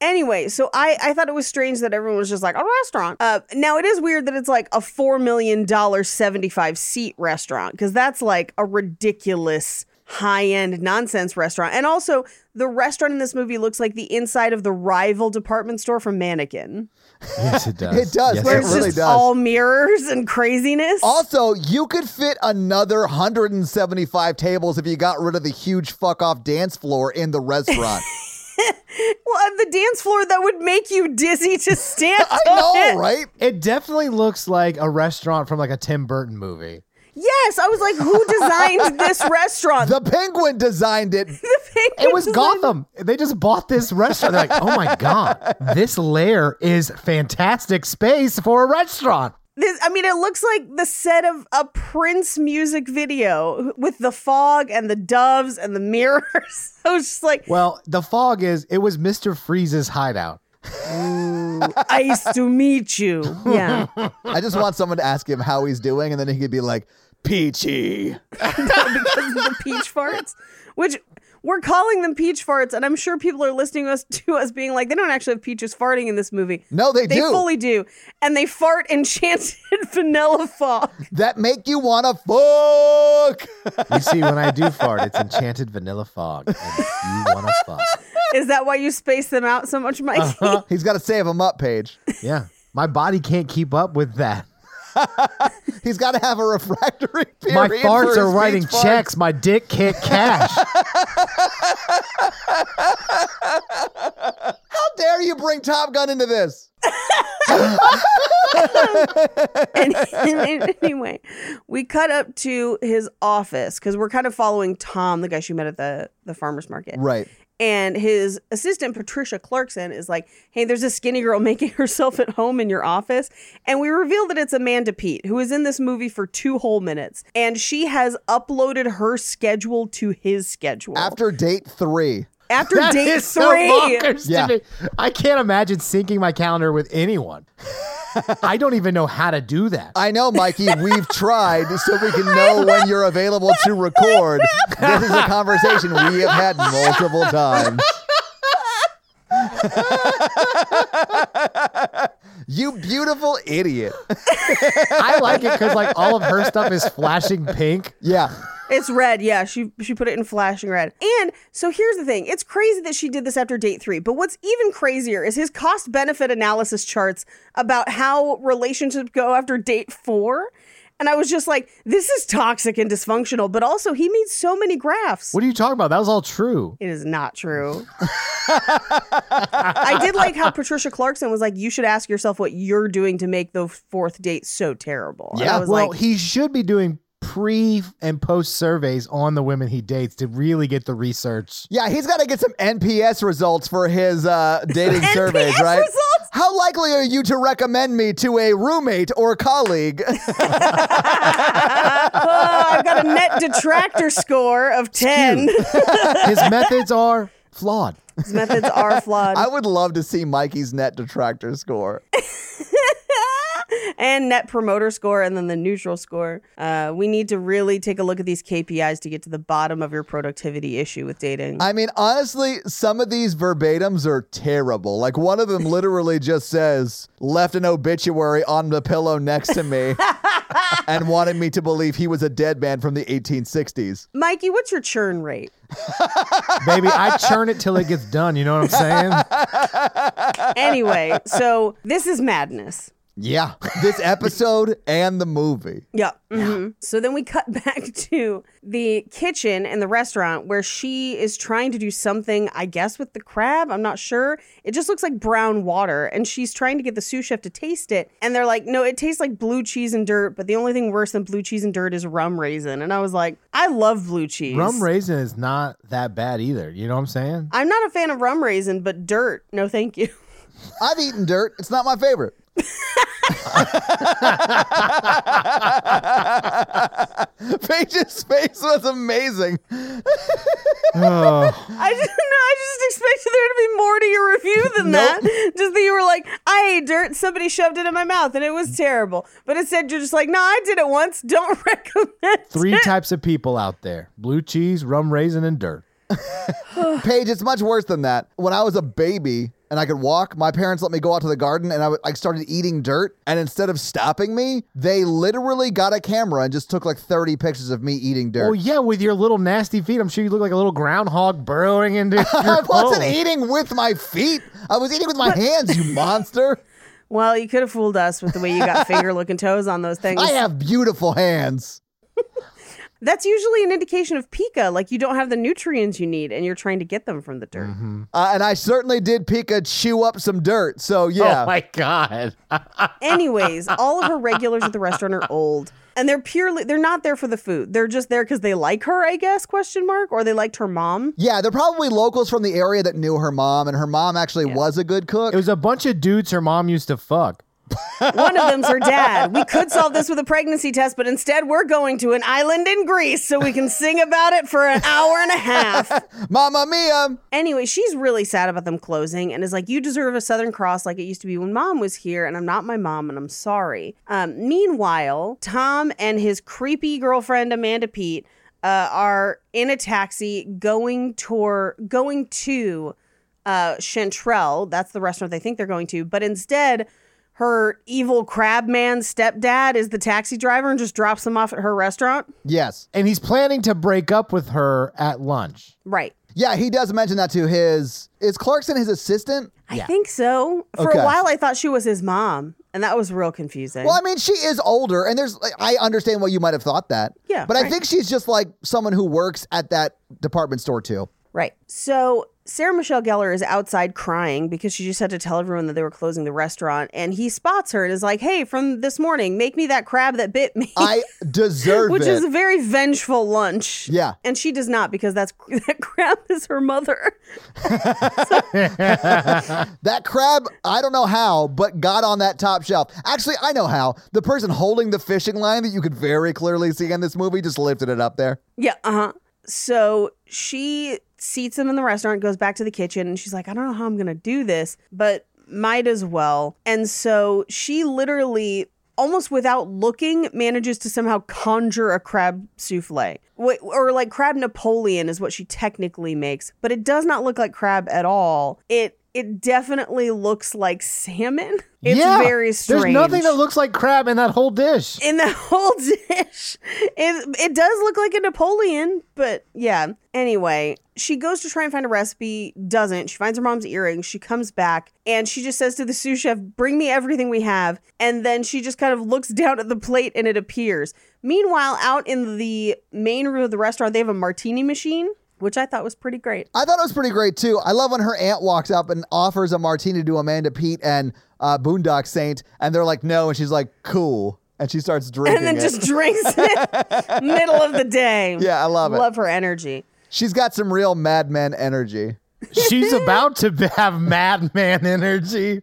Speaker 4: Anyway, so I, I thought it was strange that everyone was just like a restaurant. Uh, now it is weird that it's like a four million dollar seventy five seat restaurant because that's like a ridiculous high end nonsense restaurant. And also, the restaurant in this movie looks like the inside of the rival department store from Mannequin,
Speaker 5: Yes, it does.
Speaker 6: It does.
Speaker 5: Yes,
Speaker 6: Where
Speaker 4: where
Speaker 6: It
Speaker 4: it's
Speaker 6: really
Speaker 4: just
Speaker 6: does.
Speaker 4: all mirrors and craziness.
Speaker 6: Also, you could fit another 175 tables if you got rid of the huge fuck off dance floor in the restaurant.
Speaker 4: well, and the dance floor that would make you dizzy to stand.
Speaker 6: I
Speaker 4: on
Speaker 6: know,
Speaker 4: it.
Speaker 6: right?
Speaker 5: It definitely looks like a restaurant from like a Tim Burton movie.
Speaker 4: Yes, I was like, who designed this restaurant?
Speaker 6: The penguin designed it.
Speaker 5: It was Gotham. They just bought this restaurant. They're like, oh my God, this lair is fantastic space for a restaurant.
Speaker 4: This, I mean, it looks like the set of a Prince music video with the fog and the doves and the mirrors. I was just like,
Speaker 5: Well, the fog is it was Mr. Freeze's hideout.
Speaker 4: nice to meet you. Yeah.
Speaker 6: I just want someone to ask him how he's doing, and then he could be like, Peachy.
Speaker 4: because of the peach farts, which we're calling them peach farts. And I'm sure people are listening to us, to us being like, they don't actually have peaches farting in this movie.
Speaker 6: No, they,
Speaker 4: They
Speaker 6: do.
Speaker 4: fully do. And they fart enchanted vanilla fog.
Speaker 6: that make you want to fuck.
Speaker 5: You see, when I do fart, it's enchanted vanilla fog. And you wanna fuck.
Speaker 4: Is that why you space them out so much, Mikey?
Speaker 6: he's got to save him up, Paige.
Speaker 5: Yeah. My body can't keep up with that.
Speaker 6: He's got to have a refractory period.
Speaker 5: My
Speaker 6: for
Speaker 5: farts
Speaker 6: his
Speaker 5: are writing
Speaker 6: peach farts.
Speaker 5: checks. My dick can't cash.
Speaker 6: How dare you bring Top Gun into this?
Speaker 4: and, and anyway, we cut up to his office because we're kind of following Tom, the guy she met at the, the farmer's market.
Speaker 6: Right.
Speaker 4: And his assistant, Patricia Clarkson, is like, Hey, there's a skinny girl making herself at home in your office. And we reveal that it's Amanda Pete, who is in this movie for two whole minutes. And she has uploaded her schedule to his schedule.
Speaker 6: After date three.
Speaker 4: After
Speaker 5: That
Speaker 4: date
Speaker 5: is so
Speaker 4: three.
Speaker 5: bonkers to
Speaker 6: Yeah.
Speaker 5: me. I can't imagine syncing my calendar with anyone. I don't even know how to do that.
Speaker 6: I know, Mikey, we've tried so we can know when you're available to record. This is a conversation we have had multiple times. you beautiful idiot.
Speaker 5: I like it because like all of her stuff is flashing pink.
Speaker 6: Yeah.
Speaker 4: It's red. Yeah, she she put it in flashing red. And so here's the thing. It's crazy that she did this after date 3, but what's even crazier is his cost benefit analysis charts about how relationships go after date 4. And I was just like, this is toxic and dysfunctional, but also he made so many graphs.
Speaker 5: What are you talking about? That was all true.
Speaker 4: It is not true. I did like how Patricia Clarkson was like, you should ask yourself what you're doing to make the fourth date so terrible. And I was
Speaker 5: well,
Speaker 4: like,
Speaker 5: he should be doing pre and post surveys on the women he dates to really get the research.
Speaker 6: Yeah, he's got to get some NPS results for his uh, dating surveys, right?
Speaker 4: results?
Speaker 6: How likely are you to recommend me to a roommate or colleague?
Speaker 4: oh, I've got a net detractor score of 10.
Speaker 5: His methods are flawed.
Speaker 4: His methods are flawed.
Speaker 6: I would love to see Mikey's net detractor score.
Speaker 4: and net promoter score and then the neutral score. Uh, we need to really take a look at these KPIs to get to the bottom of your productivity issue with dating.
Speaker 6: I mean, honestly, some of these verbatims are terrible. Like one of them literally just says, left an obituary on the pillow next to me and wanted me to believe he was a dead man from the 1860s.
Speaker 4: Mikey, what's your churn rate?
Speaker 5: Baby, I churn it till it gets done. You know what I'm saying?
Speaker 4: Anyway, so this is madness.
Speaker 6: Yeah. This episode and the movie.
Speaker 4: Yeah. mhm. So then we cut back to the kitchen in the restaurant where she is trying to do something, I guess, with the crab. I'm not sure. It just looks like brown water. And she's trying to get the sous chef to taste it. And they're like, no, it tastes like blue cheese and dirt. But the only thing worse than blue cheese and dirt is rum raisin. And I was like, I love blue cheese.
Speaker 5: Rum raisin is not that bad either. You know what I'm saying?
Speaker 4: I'm not a fan of rum raisin, but dirt, no thank you.
Speaker 6: I've eaten dirt. It's not my favorite. Paige's face was amazing.
Speaker 5: Uh,
Speaker 4: I just no, I just expected there to be more to your review than that. Just that you were like, I ate dirt, somebody shoved it in my mouth, and it was terrible. But instead, you're just like, no, I did it once. Don't recommend.
Speaker 5: Three types of people out there blue cheese, rum raisin, and dirt.
Speaker 6: Paige, it's much worse than that. When I was a baby and I could walk, my parents let me go out to the garden and I would- I started eating dirt. And instead of stopping me, they literally got a camera and just took like 30 pictures of me eating dirt.
Speaker 5: Well, Oh, yeah, with your little nasty feet, I'm sure you look like a little groundhog burrowing into your
Speaker 6: I
Speaker 5: hole.
Speaker 6: wasn't eating with my feet. I was eating with my hands, you monster.
Speaker 4: Well, you could have fooled us with the way you got finger looking toes on those things.
Speaker 6: I have beautiful hands.
Speaker 4: That's usually an indication of pica, like you don't have the nutrients you need, and you're trying to get them from the dirt.
Speaker 6: Uh, and I certainly did Pika chew up some dirt. So, yeah.
Speaker 5: Oh my god!
Speaker 4: Anyways, all of her regulars at the restaurant are old. And they're purely they're not there for the food. They're just there because they like her, I guess, question mark, or they liked her mom.
Speaker 6: yeah, they're probably locals from the area that knew her mom, and her mom actually was a good cook.
Speaker 5: It was a bunch of dudes her mom used to fuck.
Speaker 4: One of them's her dad. We could solve this with a pregnancy test, but instead we're going to an island in Greece so we can sing about it for an hour and a half.
Speaker 6: Mama Mia!
Speaker 4: Anyway, she's really sad about them closing and is like, You deserve a Southern Cross like it used to be when mom was here, and I'm not my mom, and I'm sorry. Um, meanwhile, Tom and his creepy girlfriend, Amanda Pete, uh, are in a taxi going toward, going to uh, Chantrell. That's the restaurant they think they're going to. But instead, her evil crab man stepdad is the taxi driver and just drops them off at her restaurant.
Speaker 6: Yes.
Speaker 5: And he's planning to break up with her at lunch.
Speaker 4: Right.
Speaker 6: Yeah, he does mention that to his. Is Clarkson his assistant?
Speaker 4: I think so. For
Speaker 6: Okay.
Speaker 4: a while, I thought she was his mom, and that was real confusing.
Speaker 6: Well, I mean, she is older, and there's. Like, I understand why you might have thought that.
Speaker 4: Yeah,
Speaker 6: But I
Speaker 4: right.
Speaker 6: think she's just like someone who works at that department store too.
Speaker 4: Right. So Sarah Michelle Gellar is outside crying because she just had to tell everyone that they were closing the restaurant, and he spots her and is like, "Hey, from this morning, make me that crab that bit me."
Speaker 6: I deserve
Speaker 4: which
Speaker 6: it.
Speaker 4: is a very vengeful lunch.
Speaker 6: Yeah.
Speaker 4: And she does not because that's that crab is her mother.
Speaker 6: That crab, I don't know how, but got on that top shelf. Actually, I know how. The person holding the fishing line that you could very clearly see in this movie just lifted it up there.
Speaker 4: Yeah, uh huh. So she seats him in the restaurant, goes back to the kitchen, and she's like, I don't know how I'm going to do this, but might as well. And so she literally, almost without looking, manages to somehow conjure a crab souffle. Wh- Or like crab Napoleon is what she technically makes, but it does not look like crab at all. It it definitely looks like salmon. It's
Speaker 5: Yeah,
Speaker 4: very strange.
Speaker 5: There's nothing that looks like crab in that whole dish.
Speaker 4: in the whole dish. It, it does look like a Napoleon, but yeah. Anyway, she goes to try and find a recipe, doesn't. She finds her mom's earrings. She comes back and she just says to the sous chef, Bring me everything we have. And then she just kind of looks down at the plate and it appears. Meanwhile, out in the main room of the restaurant, they have a martini machine, which I thought was pretty great.
Speaker 6: I thought it was pretty great too. I love when her aunt walks up and offers a martini to Amanda Pete and uh, Boondock Saint, and they're like, no, and she's like, cool, and she starts drinking.
Speaker 4: And then
Speaker 6: it.
Speaker 4: just drinks it middle of the day.
Speaker 6: Yeah, I love it.
Speaker 4: Love her energy.
Speaker 6: she's got some real madman energy.
Speaker 5: She's about to b- have madman energy.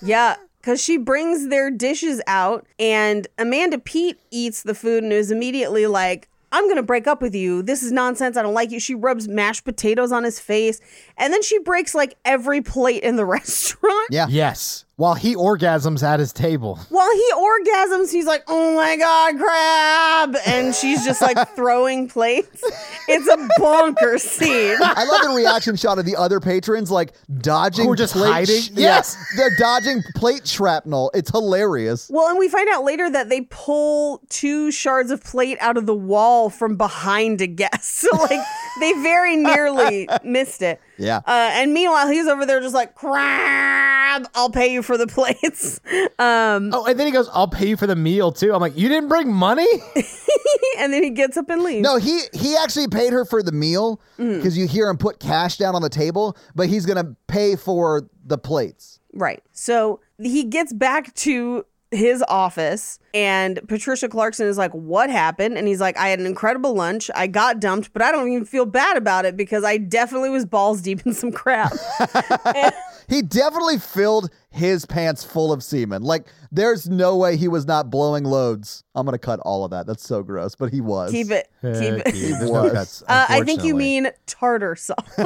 Speaker 4: Yeah, because she brings their dishes out, and Amanda Pete eats the food and is immediately like, I'm going to break up with you. This is nonsense. I don't like you. She rubs mashed potatoes on his face, and then she breaks like every plate in the restaurant.
Speaker 6: Yeah.
Speaker 5: Yes. While he orgasms at his table.
Speaker 4: While he orgasms, he's like, oh my God, crab. And she's just like throwing plates. It's a bonker scene.
Speaker 6: I love the reaction shot of the other patrons like dodging.
Speaker 5: Who are just
Speaker 6: plate
Speaker 5: hiding?
Speaker 6: yeah,
Speaker 5: Yes.
Speaker 6: they're dodging plate shrapnel. It's hilarious.
Speaker 4: Well, and we find out later that they pull two shards of plate out of the wall from behind a guest. So, like, they very nearly missed it.
Speaker 6: Yeah.
Speaker 4: Uh, and meanwhile, he's over there just like, crab, I'll pay you for the plates. Um,
Speaker 5: Oh, and then he goes, I'll pay you for the meal too. I'm like, you didn't bring money?
Speaker 4: and then he gets up and leaves.
Speaker 6: No, he he actually paid her for the meal
Speaker 4: Mm.
Speaker 6: because you hear him put cash down on the table, but he's gonna pay for the plates.
Speaker 4: Right. So he gets back to his office and Patricia Clarkson is like, What happened? And he's like, I had an incredible lunch. I got dumped, but I don't even feel bad about it because I definitely was balls deep in some crap.
Speaker 6: He definitely filled his pants full of semen. Like, there's no way he was not blowing loads. I'm gonna cut all of that. That's so gross, but he was.
Speaker 4: Keep it. Keep
Speaker 5: Heck yeah,
Speaker 4: it.
Speaker 5: there's
Speaker 6: was.
Speaker 5: cuts,
Speaker 4: Uh, I think you
Speaker 5: unfortunately.
Speaker 4: mean tartar sauce.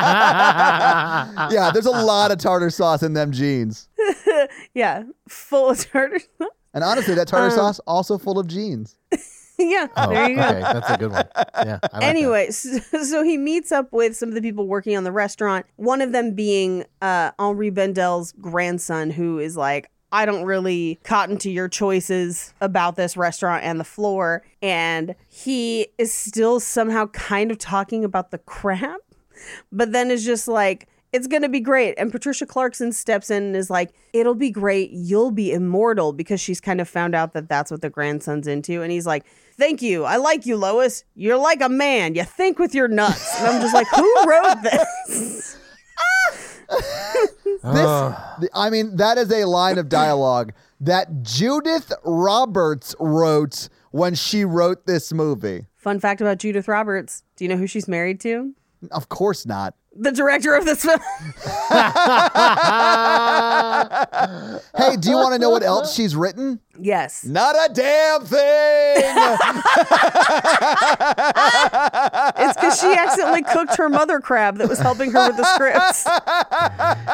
Speaker 5: Oh,
Speaker 6: Yeah, there's a lot of tartar sauce in them jeans.
Speaker 4: yeah, full of tartar sauce.
Speaker 6: And honestly, that tartar
Speaker 4: Um,
Speaker 6: sauce also full of jeans.
Speaker 4: yeah,
Speaker 5: Oh,
Speaker 4: there you go.
Speaker 5: Okay, that's a good one. Yeah. I like
Speaker 4: Anyway, so, so he meets up with some of the people working on the restaurant, one of them being uh, Henri Bendel's grandson, who is like, I don't really cotton to your choices about this restaurant and the floor. And he is still somehow kind of talking about the crap, but then is just like, it's going to be great. And Patricia Clarkson steps in and is like, it'll be great. You'll be immortal because she's kind of found out that that's what the grandson's into. And he's like, thank you. I like you, Lois. You're like a man. You think with your nuts. And I'm just like, who wrote this?
Speaker 5: that.
Speaker 6: This,
Speaker 5: Ugh.
Speaker 6: th- I mean, that is a line of dialogue that Judith Roberts wrote when she wrote this movie.
Speaker 4: Fun fact about Judith Roberts. Do you know who she's married to?
Speaker 6: Of course not.
Speaker 4: The director of this film.
Speaker 6: Hey, do you want to know what else she's written?
Speaker 4: yes.
Speaker 6: Not a damn thing.
Speaker 4: It's because she accidentally cooked her mother crab that was helping her with the scripts.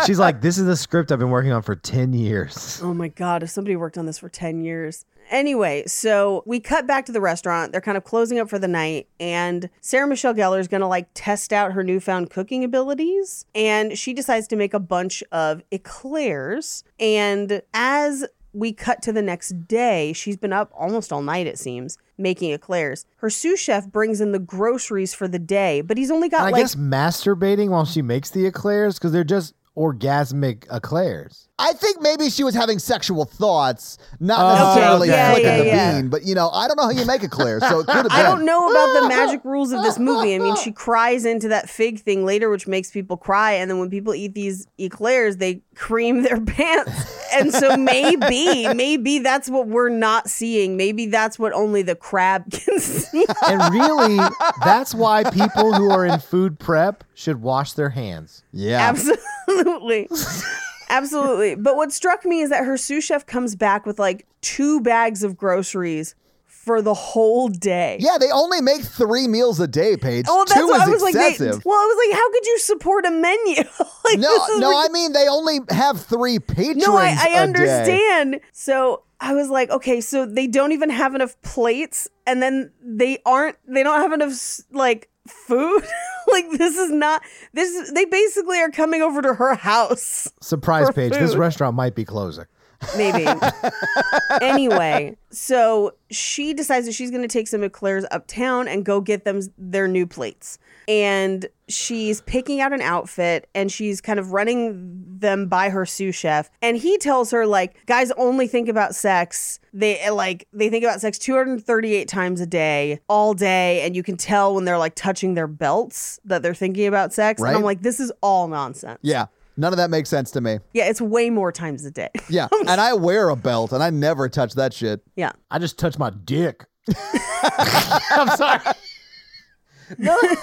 Speaker 5: She's like, this is the script I've been working on for 10 years.
Speaker 4: Oh my God, if somebody worked on this for 10 years. Anyway, so we cut back to the restaurant. They're kind of closing up for the night, and Sarah Michelle Gellar is going to like test out her newfound cooking abilities. And she decides to make a bunch of eclairs. And as we cut to the next day, she's been up almost all night, it seems, making eclairs. Her sous chef brings in the groceries for the day, but he's only got
Speaker 5: I
Speaker 4: like.
Speaker 5: guess masturbating while she makes the eclairs because they're just orgasmic eclairs.
Speaker 6: I think maybe she was having sexual thoughts, not
Speaker 5: Oh,
Speaker 6: necessarily
Speaker 5: okay. Yeah,
Speaker 6: flicking
Speaker 5: yeah,
Speaker 6: the
Speaker 5: yeah.
Speaker 6: bean. But you know, I don't know how you make a clear, so it could have been.
Speaker 4: I don't know about the magic rules of this movie. I mean, she cries into that fig thing later, which makes people cry. And then when people eat these eclairs, they cream their pants. And so maybe, maybe that's what we're not seeing. Maybe that's what only the crab can see.
Speaker 5: And really, that's why people who are in food prep should wash their hands.
Speaker 6: Yeah,
Speaker 4: Absolutely. Absolutely. But what struck me is that her sous chef comes back with like two bags of groceries for the whole day.
Speaker 6: yeah. They only make three meals a day, Paige.
Speaker 4: Oh, that's
Speaker 6: Two
Speaker 4: what
Speaker 6: is
Speaker 4: I was
Speaker 6: excessive.
Speaker 4: like. They, well, I was like, how could you support a menu? like,
Speaker 6: no,
Speaker 4: this is
Speaker 6: no. I mean, they only have three patrons.
Speaker 4: No, I, I
Speaker 6: a Day.
Speaker 4: understand. So I was like, okay, so they don't even have enough plates, and then they aren't, they don't have enough s- like food. like this is not this. They basically are coming over to her house.
Speaker 5: Surprise
Speaker 4: For
Speaker 5: page. This
Speaker 4: food.
Speaker 5: restaurant might be closing.
Speaker 4: Maybe. anyway, so she decides that she's going to take some eclairs uptown and go get them their new plates. And she's picking out an outfit and she's kind of running them by her sous chef. And he tells her, like, guys only think about sex. They like, they think about sex 238 times a day, all day. And you can tell when they're like touching their belts that they're thinking about sex. And I'm
Speaker 6: Right.
Speaker 4: like, this is all nonsense.
Speaker 6: Yeah. None of that makes sense to me.
Speaker 4: Yeah, it's way more times a day.
Speaker 6: Yeah. And I wear a belt and I never touch that shit.
Speaker 4: Yeah.
Speaker 5: I just touched my dick. I'm sorry.
Speaker 4: Ugh,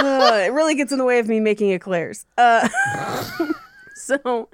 Speaker 4: Uh, it really gets in the way of me making eclairs. Uh, so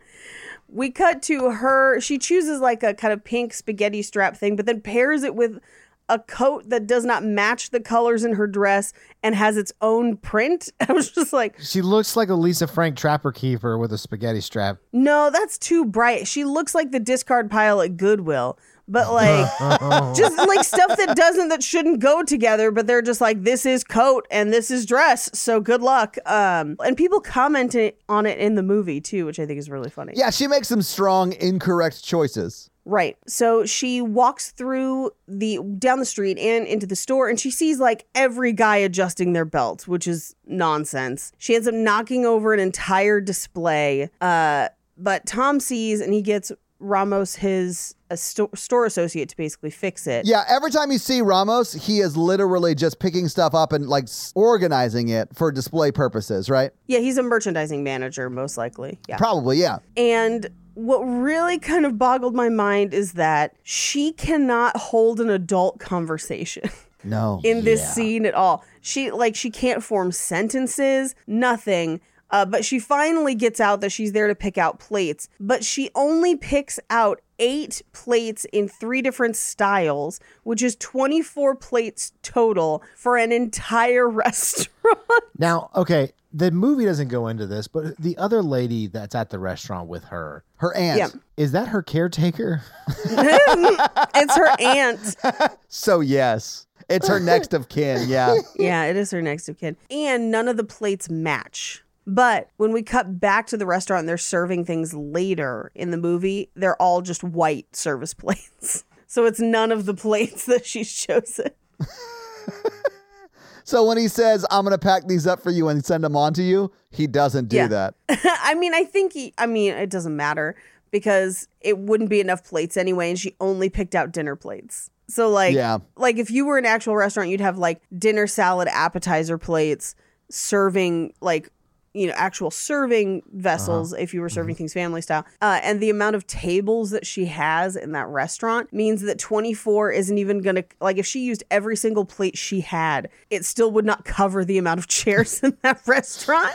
Speaker 4: we cut to her. She chooses like a kind of pink spaghetti strap thing, but then pairs it with a coat that does not match the colors in her dress and has its own print. I was just like,
Speaker 5: She looks like a Lisa Frank trapper keeper with a spaghetti strap.
Speaker 4: no, that's too bright. She looks like the discard pile at Goodwill. But like, just like stuff that doesn't, that shouldn't go together, but they're just like, this is coat and this is dress. So good luck. Um, and people commented on it in the movie too, which I think is really funny.
Speaker 6: Yeah, she makes some strong, incorrect choices.
Speaker 4: Right. So she walks through the down the street and into the store and she sees like every guy adjusting their belt, which is nonsense. She ends up knocking over an entire display. Uh but Tom sees and he gets Ramos his a sto- store associate to basically fix it.
Speaker 6: Yeah, every time you see Ramos, he is literally just picking stuff up and like s- organizing it for display purposes, right?
Speaker 4: Yeah, he's a merchandising manager most likely. Yeah.
Speaker 6: Probably, yeah.
Speaker 4: And what really kind of boggled my mind is that she cannot hold an adult conversation.
Speaker 6: No.
Speaker 4: in this scene at all. She like she can't form sentences, nothing. Uh, but she finally gets out that she's there to pick out plates, but she only picks out eight plates in three different styles, which is 24 plates total for an entire restaurant.
Speaker 5: Now, okay, the movie doesn't go into this, but the other lady that's at the restaurant with her,
Speaker 6: Her aunt.
Speaker 4: Yeah.
Speaker 5: is that her caretaker?
Speaker 4: it's her aunt.
Speaker 6: So, yes, it's her next of kin. Yeah.
Speaker 4: Yeah, it is her next of kin. And none of the plates match. But when we cut back to the restaurant and they're serving things later in the movie, they're all just white service plates. So it's none of the plates that she's chosen.
Speaker 6: So, when he says, I'm going to pack these up for you and send them on to you, he doesn't do
Speaker 4: Yeah.
Speaker 6: that.
Speaker 4: I mean, I think he, I mean, it doesn't matter because it wouldn't be enough plates anyway. And she only picked out dinner plates. So like,
Speaker 6: Yeah.
Speaker 4: like if you were an actual restaurant, you'd have like dinner, salad, appetizer plates, serving like, you know, actual serving vessels if you were serving things family style. Uh, and the amount of tables that she has in that restaurant means that 24 isn't even going to, like, if she used every single plate she had, it still would not cover the amount of chairs in that restaurant.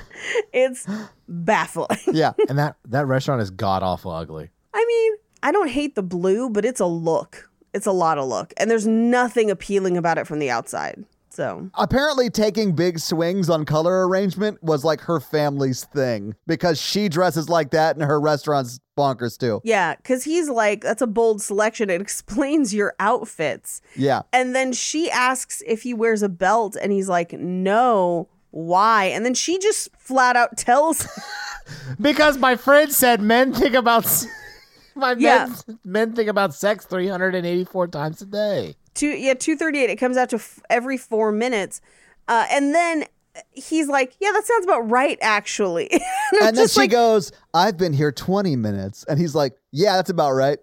Speaker 4: It's baffling.
Speaker 6: Yeah.
Speaker 5: and that that restaurant is god awful ugly.
Speaker 4: I mean, I don't hate the blue, but it's a look. It's a lot of look. And there's nothing appealing about it from the outside. So,
Speaker 6: Apparently, taking big swings on color arrangement was like her family's thing because she dresses like that and her restaurant's bonkers too.
Speaker 4: yeah, because he's like, that's a bold selection. It explains your outfits.
Speaker 6: Yeah.
Speaker 4: And then she asks if he wears a belt, and he's like, no, why? And then she just flat out tells
Speaker 5: Because my friend said men think about s- my
Speaker 4: Yeah.
Speaker 5: men men think about sex 384 times a day.
Speaker 4: two yeah 238 it comes out to f- every four minutes uh, and then he's like yeah that sounds about right actually and, I'm
Speaker 6: And then
Speaker 4: just
Speaker 6: she
Speaker 4: like,
Speaker 6: goes, I've been here 20 minutes. And he's like, Yeah, that's about right.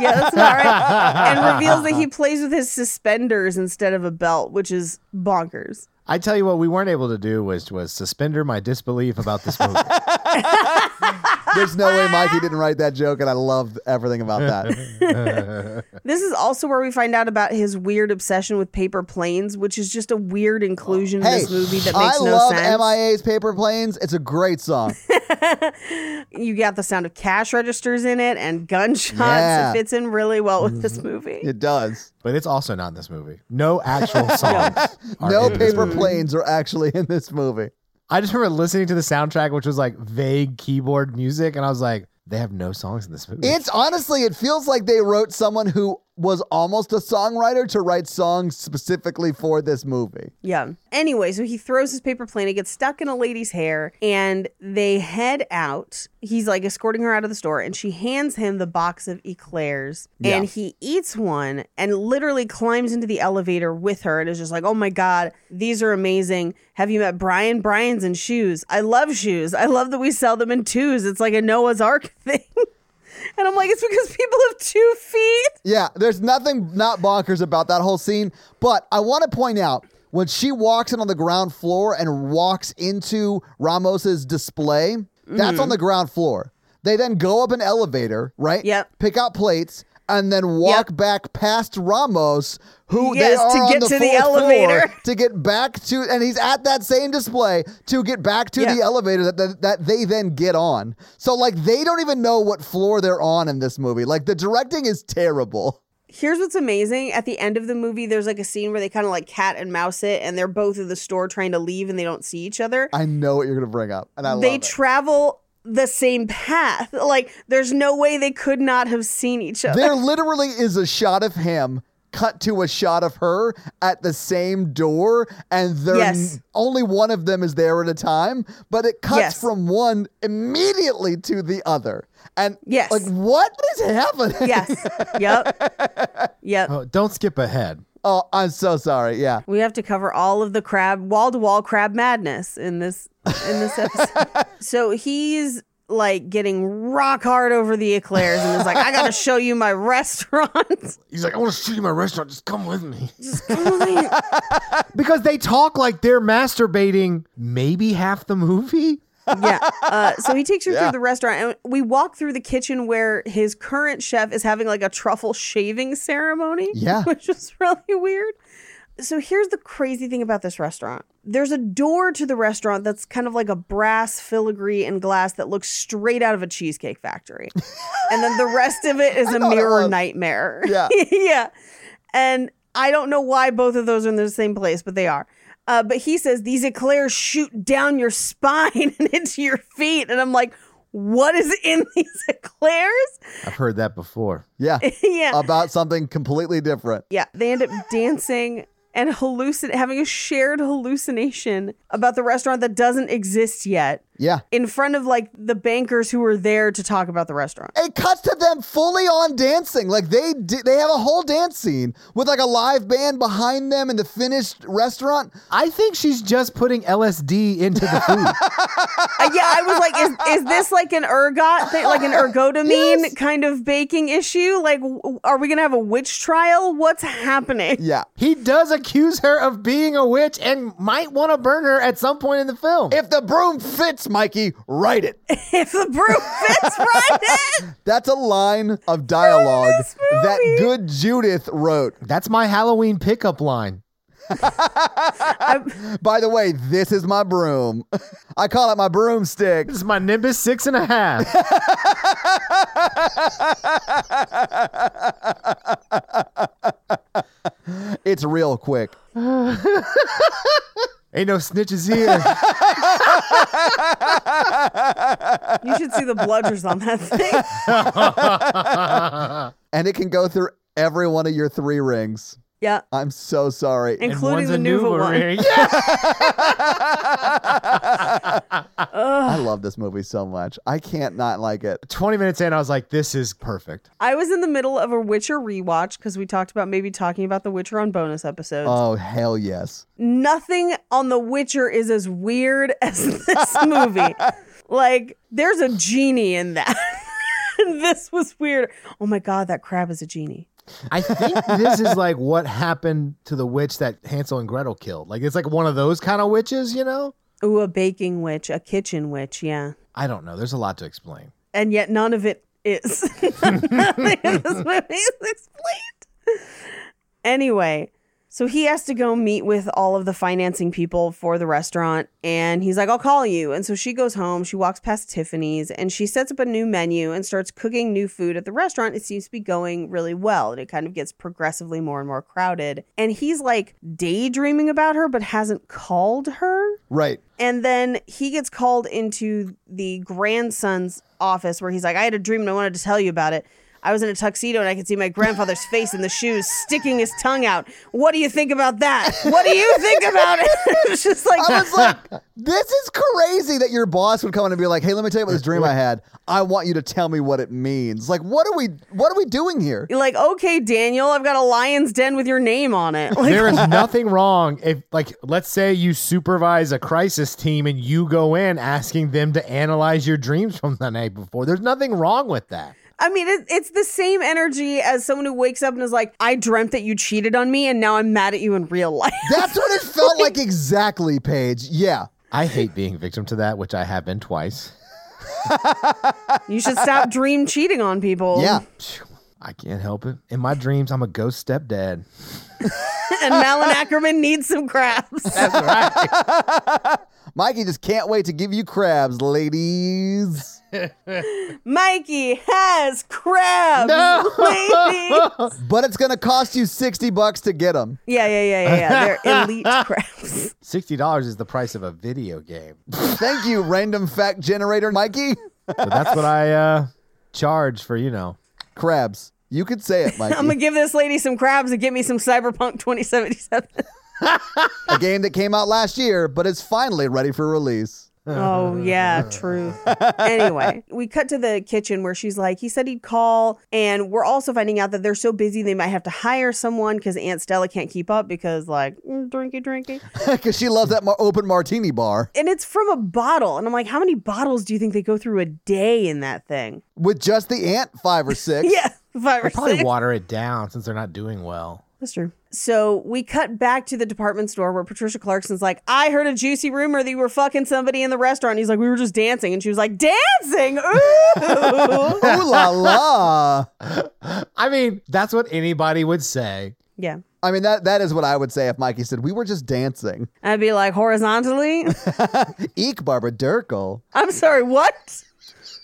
Speaker 4: Yeah, that's not right. and reveals that he plays with his suspenders instead of a belt, which is bonkers.
Speaker 5: I tell you what, we weren't able to do was was suspender my disbelief about this movie.
Speaker 6: There's no way Mikey didn't write that joke. And I loved everything about that.
Speaker 4: This is also where we find out about his weird obsession with paper planes, which is just a weird inclusion in
Speaker 6: hey,
Speaker 4: this movie that
Speaker 6: I
Speaker 4: makes no
Speaker 6: love
Speaker 4: sense.
Speaker 6: MIA's Paper Planes. It's a great song.
Speaker 4: you got the sound of cash registers in it and gunshots.
Speaker 6: Yeah. Mm-hmm.
Speaker 4: It fits in really well with this movie.
Speaker 6: It does.
Speaker 5: but it's also not in this movie. No actual songs. are
Speaker 6: No
Speaker 5: in this
Speaker 6: paper
Speaker 5: movie.
Speaker 6: planes are actually in this movie.
Speaker 5: I just remember listening to the soundtrack, which was like vague keyboard music, and I was like, they have no songs in this movie.
Speaker 6: It's honestly, it feels like they wrote someone who was almost a songwriter to write songs specifically for this movie.
Speaker 4: Yeah. Anyway, so he throws his paper plane. It gets stuck in a lady's hair, and they head out. He's like escorting her out of the store, and she hands him the box of eclairs. And
Speaker 6: Yeah.
Speaker 4: he eats one and literally climbs into the elevator with her and is just like, oh my God, these are amazing. Have you met Brian? Brian's in shoes. I love shoes. I love that we sell them in twos. It's like a Noah's Ark thing. and I'm like, it's because people have two feet.
Speaker 6: Yeah, there's nothing not bonkers about that whole scene. But I want to point out when she walks in on the ground floor and walks into Ramos's display, that's
Speaker 4: Mm-hmm.
Speaker 6: on the ground floor. They then go up an elevator, right?
Speaker 4: Yep.
Speaker 6: Pick out plates and then walk back past Ramos, who they
Speaker 4: Yes,
Speaker 6: are
Speaker 4: to
Speaker 6: on
Speaker 4: get
Speaker 6: the
Speaker 4: to the
Speaker 6: fourth floor
Speaker 4: elevator.
Speaker 6: to get back to, and he's at that same display to get back to
Speaker 4: Yeah.
Speaker 6: the elevator that, that that they then get on. So like they don't even know what floor they're on in this movie. Like the directing is terrible.
Speaker 4: Here's what's amazing. At the end of the movie, there's like a scene where they kind of like cat and mouse it, and they're both at the store trying to leave and they don't see each other.
Speaker 6: I know what you're gonna bring up, and I love
Speaker 4: they
Speaker 6: it.
Speaker 4: travel the same path. Like, there's no way they could not have seen each other.
Speaker 6: there literally is a shot of him cut to a shot of her at the same door, and they're
Speaker 4: Yes.
Speaker 6: only one of them is there at a time, but it cuts
Speaker 4: Yes.
Speaker 6: from one immediately to the other. And
Speaker 4: Yes.
Speaker 6: like what is happening?
Speaker 4: yes. Yep. Yep.
Speaker 5: Oh, don't skip ahead.
Speaker 6: Oh, I'm so sorry. Yeah.
Speaker 4: We have to cover all of the crab wall to wall crab madness in this in this episode. so he's like getting rock hard over the eclairs and is like, I gotta show you my restaurant.
Speaker 5: He's like, I want to show you my restaurant. Just come with me.
Speaker 4: I'm like,
Speaker 5: Because they talk like they're masturbating maybe half the movie.
Speaker 4: yeah. Uh, so he takes her
Speaker 6: Yeah.
Speaker 4: through the restaurant, and we walk through the kitchen where his current chef is having like a truffle shaving ceremony.
Speaker 6: Yeah.
Speaker 4: which is really weird. So here's the crazy thing about this restaurant. There's a door to the restaurant that's kind of like a brass filigree and glass that looks straight out of a cheesecake factory. and then the rest of it is a
Speaker 6: thought it
Speaker 4: mirror
Speaker 6: was.
Speaker 4: nightmare.
Speaker 6: Yeah.
Speaker 4: yeah. And I don't know why both of those are in the same place, but they are. Uh, but he says these eclairs shoot down your spine and into your feet, and I'm like, what is in these eclairs?
Speaker 5: I've heard that before.
Speaker 6: Yeah.
Speaker 4: yeah,
Speaker 6: About something completely different.
Speaker 4: yeah. They end up dancing and hallucin having a shared hallucination about the restaurant that doesn't exist yet
Speaker 6: Yeah.
Speaker 4: in front of like the bankers who were there to talk about the restaurant.
Speaker 6: It cuts to them fully on dancing. Like they di- they have a whole dance scene with like a live band behind them in the finished restaurant.
Speaker 5: I think she's just putting LSD into the food.
Speaker 4: Uh, yeah, I was like, is, is this like an ergot thing, like an ergotamine
Speaker 6: Yes.
Speaker 4: kind of baking issue? Like, w- are we gonna have a witch trial? What's happening?
Speaker 6: Yeah.
Speaker 5: he does accuse her of being a witch and might want to burn her at some point in the film.
Speaker 6: If the broom fits, Mikey, write it.
Speaker 4: If the brew fits right in,
Speaker 6: That's a line of dialogue that good Judith wrote.
Speaker 5: That's my Halloween pickup line.
Speaker 6: By the way, this is my broom. I call it my broomstick.
Speaker 5: This is my Nimbus six and a half.
Speaker 6: It's real quick.
Speaker 5: Ain't no snitches here.
Speaker 4: you should see the bludgers on that thing.
Speaker 6: And it can go through every one of your three rings.
Speaker 4: Yeah,
Speaker 6: I'm so sorry.
Speaker 4: including
Speaker 5: one's
Speaker 4: the
Speaker 5: a
Speaker 4: Nuva
Speaker 5: Nuva
Speaker 4: one.
Speaker 5: ring. Yeah.
Speaker 6: I love this movie so much. I can't not like it.
Speaker 5: 20 minutes in, I was like, this is perfect.
Speaker 4: I was in the middle of a Witcher rewatch because we talked about maybe talking about the Witcher on bonus episodes.
Speaker 6: Oh, hell yes.
Speaker 4: Nothing on the Witcher is as weird as this movie. like, there's a genie in that. this was weird. Oh my god, that crab is a genie.
Speaker 5: I think this is like what happened to the witch that Hansel and Gretel killed. Like, it's like one of those kind of witches, you know?
Speaker 4: Ooh, a baking witch, a kitchen witch, yeah.
Speaker 5: I don't know. There's a lot to explain.
Speaker 4: And yet none of it is. Nothing in this movie is explained. Anyway, so he has to go meet with all of the financing people for the restaurant and he's like, I'll call you. And so she goes home, she walks past Tiffany's and she sets up a new menu and starts cooking new food at the restaurant. It seems to be going really well and it kind of gets progressively more and more crowded. And he's like daydreaming about her but hasn't called her.
Speaker 6: Right.
Speaker 4: And then he gets called into the grandson's office where he's like, I had a dream and I wanted to tell you about it. I was in a tuxedo and I could see my grandfather's face in the shoes, sticking his tongue out. What do you think about that? What do you think about it? it's just like,
Speaker 6: I was like, this is crazy that your boss would come in and be like, "Hey, let me tell you about this dream I had. I want you to tell me what it means." Like, what are we what are we doing here?
Speaker 4: like, okay, Daniel, I've got a lion's den with your name on it. Like,
Speaker 5: there is nothing wrong if like let's say you supervise a crisis team and you go in asking them to analyze your dreams from the night before there's nothing wrong with that
Speaker 4: I mean, it, it's the same energy as someone who wakes up and is like, I dreamt that you cheated on me and now I'm mad at you in real life.
Speaker 6: That's what it felt like exactly, Paige. Yeah.
Speaker 5: i hate being victim to that which i have been twice
Speaker 4: you should stop dream cheating on people.
Speaker 6: Yeah.
Speaker 5: i can't help it in my dreams i'm a ghost stepdad
Speaker 4: and Malin Ackerman needs some crabs.
Speaker 6: Mikey just can't wait to give you crabs, ladies.
Speaker 4: Mikey has crabs. ladies.
Speaker 6: But it's going to cost you 60 bucks to get them.
Speaker 4: Yeah, yeah, yeah, yeah, yeah. They're elite crabs.
Speaker 5: $60 is the price of a video game
Speaker 6: Thank you, random fact generator, Mikey.
Speaker 5: so that's what i uh charge for you know
Speaker 6: Crabs. You could say it, Mikey.
Speaker 4: I'm gonna give this lady some crabs and get me some Cyberpunk 2077.
Speaker 6: a game that came out last year, but is finally ready for release.
Speaker 4: Oh yeah, true. Anyway, we cut to the kitchen where she's like, he said he'd call, and we're also finding out that they're so busy they might have to hire someone because Aunt Stella can't keep up because like mm, drinky drinky,
Speaker 6: Because she loves that mar- open martini bar
Speaker 4: and it's from a bottle, and I'm like, how many bottles do you think they go through a day in that thing?
Speaker 6: with just the ant five or six.
Speaker 4: Yeah, five or
Speaker 5: they probably
Speaker 4: six.
Speaker 5: water it down since they're not doing well
Speaker 4: That's true. So we cut back to the department store where Patricia Clarkson's like, I heard a juicy rumor that you were fucking somebody in the restaurant. He's like, we were just dancing. And she was like, dancing? Ooh.
Speaker 6: Ooh la la.
Speaker 5: i mean that's what anybody would say
Speaker 4: yeah.
Speaker 6: I mean, that, that is what I would say if Mikey said, We were just dancing.
Speaker 4: I'd be like, horizontally?
Speaker 6: Eek, Barbara Durkle.
Speaker 4: I'm sorry, what?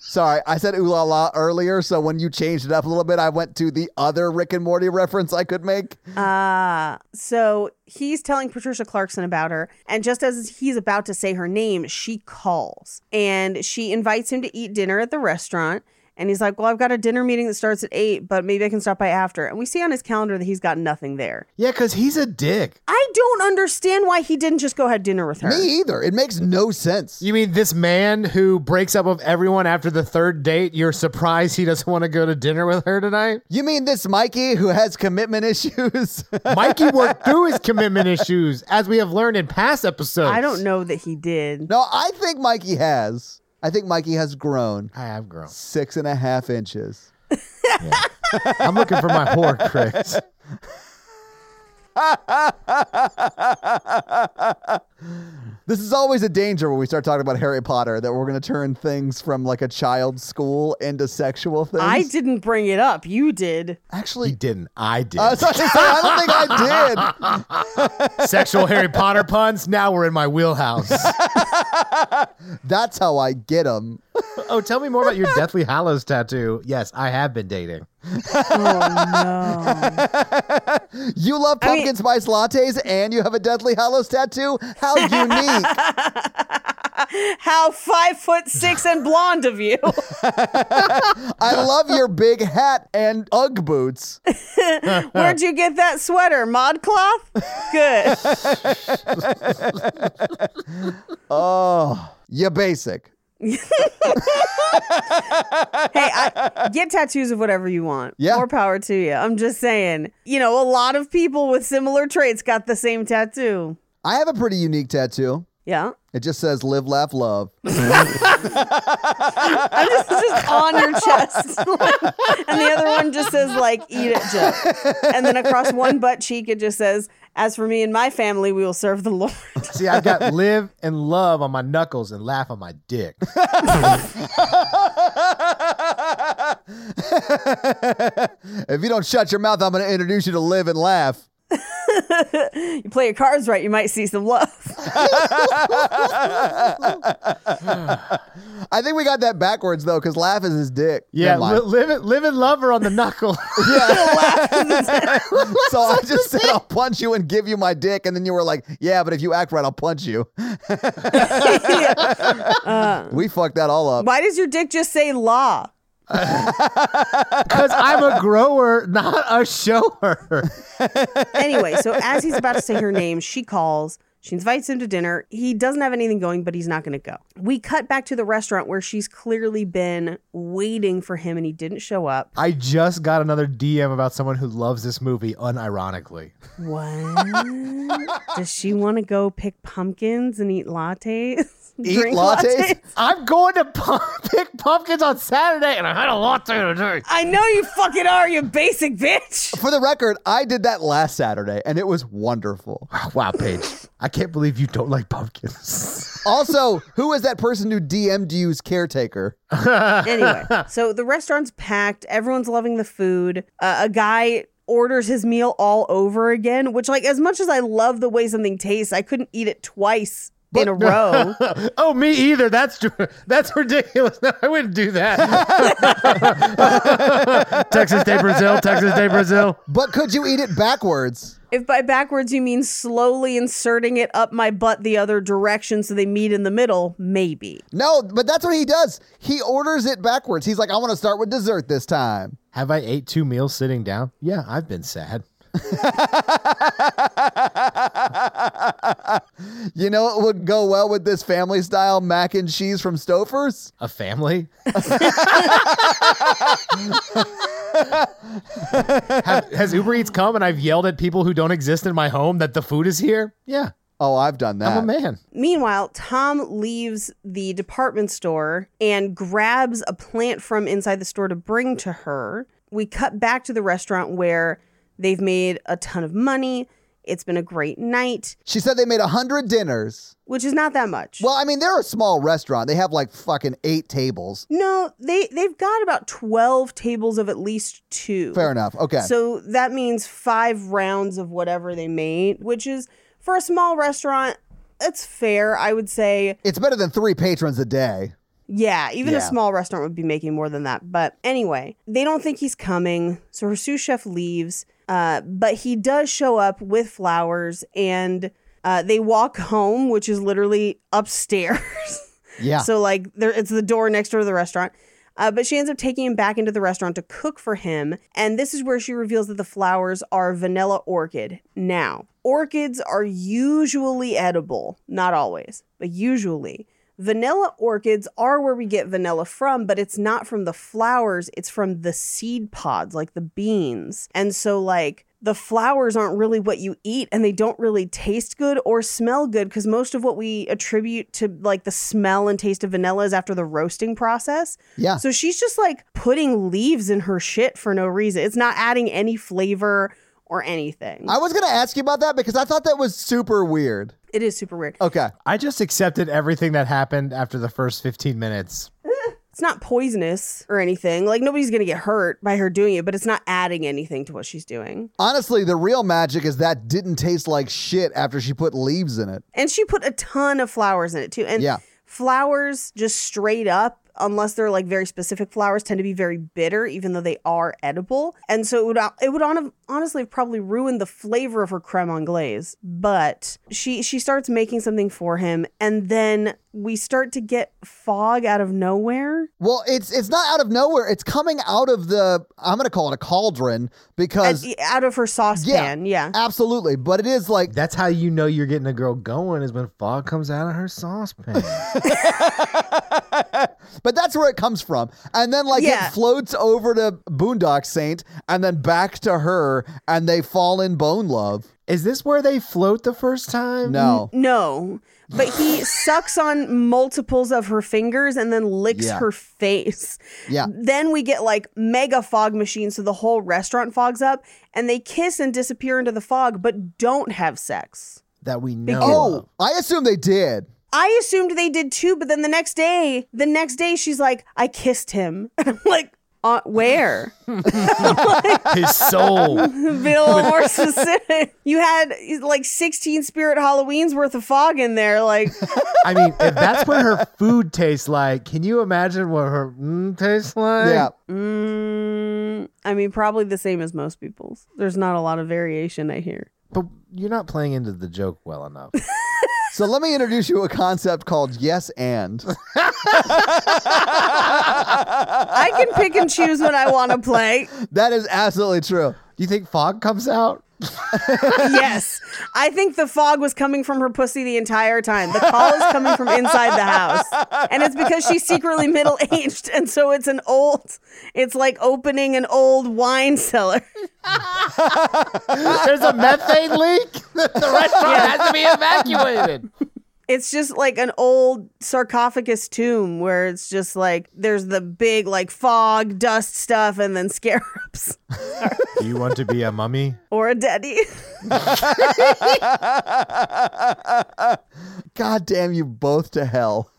Speaker 6: Sorry, I said ooh la la earlier, so when you changed it up a little bit, I went to the other Rick and Morty reference I could make.
Speaker 4: Uh, so he's telling Patricia Clarkson about her. And just as he's about to say her name, she calls and she invites him to eat dinner at the restaurant. And he's like, Well, I've got a dinner meeting that starts at eight, but maybe I can stop by after. And we see on his calendar that he's got nothing there.
Speaker 5: yeah because he's a dick
Speaker 4: I don't understand why he didn't just go have dinner with her.
Speaker 6: Me either. It makes no sense.
Speaker 5: You mean this man who breaks up with everyone after the third date? You're surprised he doesn't want to go to dinner with her tonight?
Speaker 6: You mean this Mikey who has commitment issues?
Speaker 5: Mikey worked through his commitment issues, as we have learned in past episodes.
Speaker 4: I don't know that he did.
Speaker 6: no, I think Mikey has. I think Mikey has grown
Speaker 5: I have grown.
Speaker 6: six and a half inches.
Speaker 5: I'm looking for my whore, Chris.
Speaker 6: This is always a danger when we start talking about Harry Potter that we're going to turn things from like a child's school into sexual things.
Speaker 4: I didn't bring it up. You did.
Speaker 5: He
Speaker 6: actually.
Speaker 5: didn't. I did.
Speaker 6: I was about to say, I don't think I did.
Speaker 5: Sexual Harry Potter puns. Now we're in my wheelhouse.
Speaker 6: That's how I get them.
Speaker 5: oh, tell me more about your Deathly Hallows tattoo. Yes, I have been dating.
Speaker 6: You love
Speaker 4: I mean-
Speaker 6: pumpkin spice lattes and you have a Deathly Hallows tattoo? How unique.
Speaker 4: How five foot six and blonde of you.
Speaker 6: I love your big hat and Ugg boots.
Speaker 4: Where'd you get that sweater? Mod cloth? Good.
Speaker 6: Oh, you basic.
Speaker 4: hey, I, get tattoos of whatever you want.
Speaker 6: Yeah.
Speaker 4: More power to you. I'm just saying. You know, a lot of people with similar traits got the same tattoo.
Speaker 6: I have a pretty unique tattoo.
Speaker 4: Yeah.
Speaker 6: It just says live, laugh, love.
Speaker 4: I'm just, it's just on your chest. and the other one just says, like, eat it, Jeff. And then across one butt cheek, it just says, as for me and my family, we will serve the Lord.
Speaker 5: See, I've got live and love on my knuckles and laugh on my dick.
Speaker 6: if you don't shut your mouth, I'm going to introduce you to live and laugh.
Speaker 4: You play your cards right, you might see some love.
Speaker 6: I think we got that backwards though, because laugh is his dick.
Speaker 5: Yeah,
Speaker 6: Never mind.
Speaker 5: li- live, it- live and love her on the knuckle.
Speaker 6: so I just said I'll punch you and give you my dick, and then you were like, "Yeah, but if you act right, I'll punch you."
Speaker 4: Yeah.
Speaker 6: We fucked that all up.
Speaker 4: Why does your dick just say law?
Speaker 5: Because I'm a grower, not a shower.
Speaker 4: anyway, so as he's about to say her name, she calls. She invites him to dinner. He doesn't have anything going, but he's not going to go. We cut back to the restaurant where she's clearly been waiting for him and he didn't show up.
Speaker 5: I just got another DM about someone who loves this movie unironically.
Speaker 4: What? Does she want to go pick pumpkins and eat lattes?
Speaker 6: Eat
Speaker 4: Drink
Speaker 6: lattes?
Speaker 5: I'm going to pu- pick pumpkins on Saturday, and I had a latte today.
Speaker 4: I know you fucking are, you basic bitch.
Speaker 6: For the record, I did that last Saturday and it was wonderful.
Speaker 5: Wow, Paige, I can't believe you don't like pumpkins.
Speaker 6: Also, who is that person who DM'd you's caretaker?
Speaker 4: anyway, so the restaurant's packed. Everyone's loving the food. Uh, a guy orders his meal all over again, which, like, as much as I love the way something tastes, I couldn't eat it twice in a row.
Speaker 5: oh, me either. That's true. That's ridiculous. No, I wouldn't do that. Texas Day Brazil, Texas Day Brazil.
Speaker 6: But could you eat it backwards?
Speaker 4: if by backwards you mean slowly inserting it up my butt the other direction so they meet in the middle, maybe.
Speaker 6: No, but that's what he does. He orders it backwards. He's like, I want to start with dessert this time.
Speaker 5: Have I ate two meals sitting down? Yeah, I've been sad.
Speaker 6: You know what would go well with this family style mac and cheese from Stouffer's?
Speaker 5: A family? Have, has Uber Eats come and I've yelled at people who don't exist in my home that the food is here? Yeah,
Speaker 6: Oh, I've done that.
Speaker 5: I'm a man.
Speaker 4: Meanwhile, Tom leaves the department store and grabs a plant from inside the store to bring to her. We cut back to the restaurant where they've made a ton of money. It's been a great night,
Speaker 6: She said they made 100 dinners.
Speaker 4: which is not that much.
Speaker 6: Well, I mean, they're a small restaurant. They have like fucking eight tables.
Speaker 4: no, they they've got about 12 tables of at least 2.
Speaker 6: Fair enough. Okay.
Speaker 4: So that means 5 rounds of whatever they made, which is for a small restaurant, it's fair, I would say.
Speaker 6: it's better than three patrons a day.
Speaker 4: Yeah, even a
Speaker 6: Yeah.
Speaker 4: small restaurant would be making more than that. But anyway, they don't think he's coming. So her sous chef leaves, uh, but he does show up with flowers and uh, they walk home, which is literally upstairs.
Speaker 6: Yeah.
Speaker 4: So like there it's the door next door to the restaurant. Uh, but she ends up taking him back into the restaurant to cook for him. And this is where she reveals that the flowers are vanilla orchid. Now, orchids are usually edible, not always, but usually. Vanilla orchids are where we get vanilla from, but it's not from the flowers, it's from the seed pods, like the beans. And so, like, the flowers aren't really what you eat and they don't really taste good or smell good because most of what we attribute to like the smell and taste of vanilla is after the roasting process.
Speaker 6: Yeah.
Speaker 4: So she's just like putting leaves in her shit for no reason. It's not adding any flavor or anything.
Speaker 6: I was going to ask you about that because I thought that was super weird.
Speaker 4: it is super weird.
Speaker 6: Okay.
Speaker 5: I just accepted everything that happened after the first 15 minutes.
Speaker 4: It's not poisonous or anything. Like nobody's going to get hurt by her doing it, but it's not adding anything to what she's doing.
Speaker 6: Honestly, the real magic is that didn't taste like shit after she put leaves in it.
Speaker 4: And she put a ton of flowers in it too. And
Speaker 6: Yeah.
Speaker 4: flowers just straight up, unless they're like very specific flowers, tend to be very bitter, even though they are edible. And so it would uh, it would on, honestly have probably ruined the flavor of her creme anglaise. But she she starts making something for him, and then we start to get fog out of nowhere.
Speaker 6: Well, it's it's not out of nowhere. It's coming out of the I'm going to call it a cauldron
Speaker 4: At-
Speaker 6: because
Speaker 4: out of her saucepan, e- yeah.
Speaker 6: absolutely, but it is like
Speaker 5: That's how you know you're getting a girl going is when fog comes out of her saucepan.
Speaker 6: but that's where it comes from. And then like
Speaker 4: Yeah.
Speaker 6: it floats over to Boondock Saint and then back to her and they fall in bone love.
Speaker 5: is this where they float the first time?
Speaker 6: No.
Speaker 4: No, but he sucks on multiples of her fingers and then licks
Speaker 6: Yeah.
Speaker 4: her face.
Speaker 6: Yeah.
Speaker 4: Then we get like mega fog machines, so the whole restaurant fogs up, and they kiss and disappear into the fog, but don't have sex.
Speaker 5: That we know.
Speaker 6: Oh, I assume they did.
Speaker 4: I assumed they did too, but then the next day, the next day, she's like, "I kissed him," and I'm like. Uh, where?
Speaker 5: of. his soul.
Speaker 4: Be a little more specific. You had like 16 spirit Halloween's worth of fog in there. Like,
Speaker 5: I mean, if that's what her food tastes like, can you imagine what her mm, tastes like?
Speaker 6: Yeah.
Speaker 4: Mm, I mean, probably the same as most people's. There's not a lot of variation, I hear.
Speaker 5: But you're not playing into the joke well enough.
Speaker 6: So let me introduce you to a concept called yes and.
Speaker 4: I can pick and choose what I want to play.
Speaker 6: That is absolutely true.
Speaker 5: Do you think fog comes out?
Speaker 4: yes. I think the fog was coming from her pussy the entire time. The call is coming from inside the house. And it's because she's secretly middle aged. And so it's an old, it's like opening an old wine cellar.
Speaker 5: There's a methane leak. the restaurant has to be evacuated.
Speaker 4: It's just like an old sarcophagus tomb where it's just like there's the big like fog, dust stuff, and then scarabs
Speaker 5: Do you want to be a mummy?
Speaker 4: or a daddy.
Speaker 6: God damn you both to hell.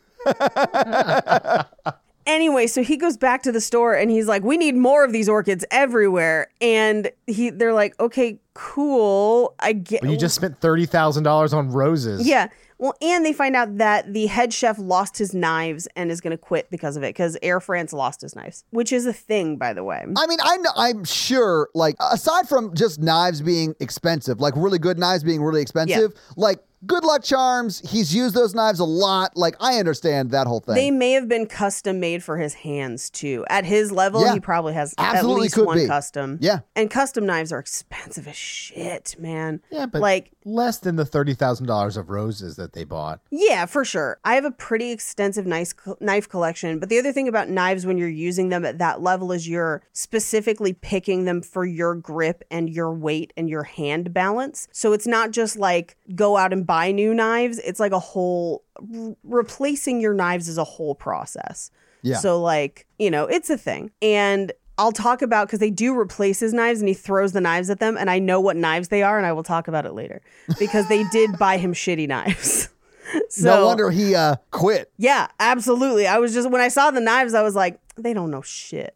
Speaker 4: anyway, so he goes back to the store and he's like, "We need more of these orchids everywhere." And he, they're like, "Okay, cool, I get."
Speaker 5: But you just spent thirty thousand dollars on roses.
Speaker 4: yeah. Well, and they find out that the head chef lost his knives and is going to quit because of it, because Air France lost his knives, which is a thing, by the way.
Speaker 6: I mean, I know, I'm sure, like, aside from just knives being expensive, like really good knives being really expensive, like, good luck charms, he's used those knives a lot. Like, I understand that whole thing.
Speaker 4: They may have been custom made for his hands too. At his level,
Speaker 6: Yeah.
Speaker 4: he probably has
Speaker 6: Absolutely
Speaker 4: at least
Speaker 6: could
Speaker 4: one
Speaker 6: be.
Speaker 4: custom.
Speaker 6: Yeah.
Speaker 4: and custom knives are expensive as shit, man.
Speaker 5: Yeah, but
Speaker 4: like
Speaker 5: less than the thirty thousand dollars of roses that they bought.
Speaker 4: Yeah, for sure. I have a pretty extensive nice co- knife collection, but the other thing about knives when you're using them at that level is you're specifically picking them for your grip and your weight and your hand balance. So it's not just like go out and buy new knives, it's like a whole re- replacing your knives is a whole process.
Speaker 6: Yeah.
Speaker 4: So like, you know, it's a thing. And I'll talk about because they do replace his knives and he throws the knives at them. And I know what knives they are, and I will talk about it later because they did buy him shitty knives. so,
Speaker 6: no wonder he uh, quit.
Speaker 4: Yeah, absolutely. I was just, when I saw the knives, I was like, they don't know shit.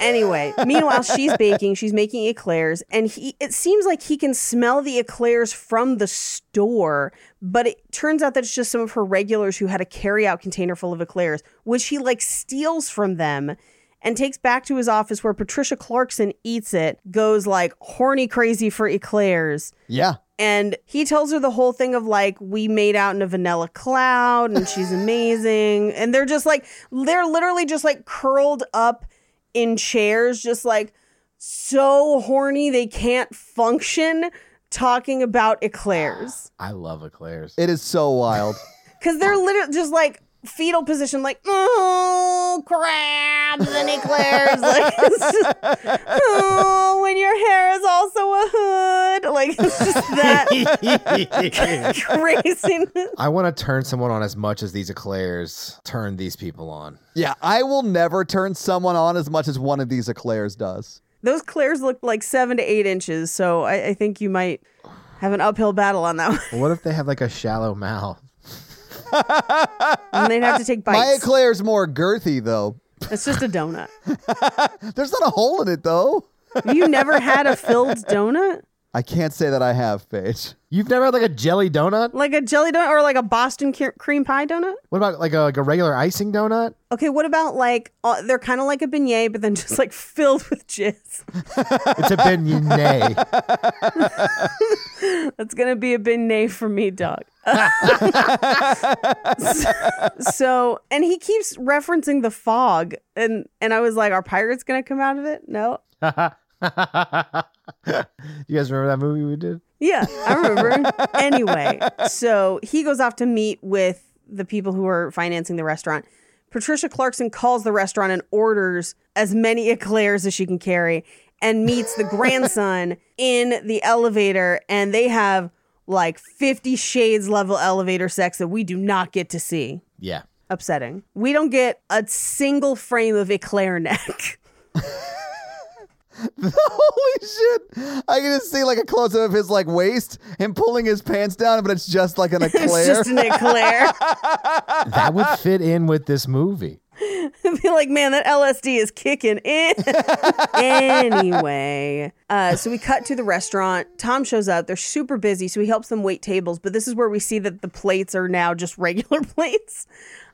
Speaker 4: Anyway, meanwhile, she's baking, she's making eclairs, and he it seems like he can smell the eclairs from the store, but it turns out that it's just some of her regulars who had a carryout container full of eclairs, which he like steals from them and takes back to his office where Patricia Clarkson eats it, goes like horny crazy for eclairs.
Speaker 6: Yeah.
Speaker 4: And he tells her the whole thing of like, we made out in a vanilla cloud and she's amazing. And they're just like, they're literally just like curled up in chairs, just like so horny they can't function talking about eclairs.
Speaker 5: I love eclairs.
Speaker 6: It is so wild.
Speaker 4: Cause they're literally just like fetal position, like, oh, crabs and eclairs. like, it's just, oh, when your hair is also a hood. Like, it's just that. craziness.
Speaker 5: I want to turn someone on as much as these eclairs turn these people on.
Speaker 6: yeah, I will never turn someone on as much as one of these eclairs does.
Speaker 4: Those clairs look like seven to eight inches, so I, I think you might have an uphill battle on that one.
Speaker 5: What if they have like a shallow mouth?
Speaker 4: and they'd have to take
Speaker 6: My
Speaker 4: bites.
Speaker 6: eclair's more girthy, though.
Speaker 4: it's just a donut.
Speaker 6: There's not a hole in it, though.
Speaker 4: Have you never had a filled donut?
Speaker 6: I can't say that I have, Paige.
Speaker 5: You've never had like a jelly donut?
Speaker 4: Like a jelly donut or like a Boston cre- cream pie donut?
Speaker 5: What about like a, like a regular icing donut?
Speaker 4: Okay, what about like, uh, they're kind of like a beignet, but then just like filled with jizz.
Speaker 5: It's a beignet.
Speaker 4: That's gonna be a beignet for me, dog. so, and he keeps referencing the fog, and and I was like, are pirates gonna come out of it? No.
Speaker 5: you guys remember that movie we did?
Speaker 4: Yeah, I remember. anyway, so he goes off to meet with the people who are financing the restaurant. Patricia Clarkson calls the restaurant and orders as many eclairs as she can carry and meets the grandson in the elevator and they have like 50 shades level elevator sex that we do not get to see.
Speaker 5: Yeah.
Speaker 4: Upsetting. We don't get a single frame of eclair neck.
Speaker 6: Holy shit! I can just see like a close up of his like waist, him pulling his pants down, but it's just like an eclair.
Speaker 4: it's just an eclair.
Speaker 5: That would fit in with this movie.
Speaker 4: be like, man, that LSD is kicking in. anyway, uh, so we cut to the restaurant. Tom shows up. They're super busy, so he helps them wait tables. But this is where we see that the plates are now just regular plates.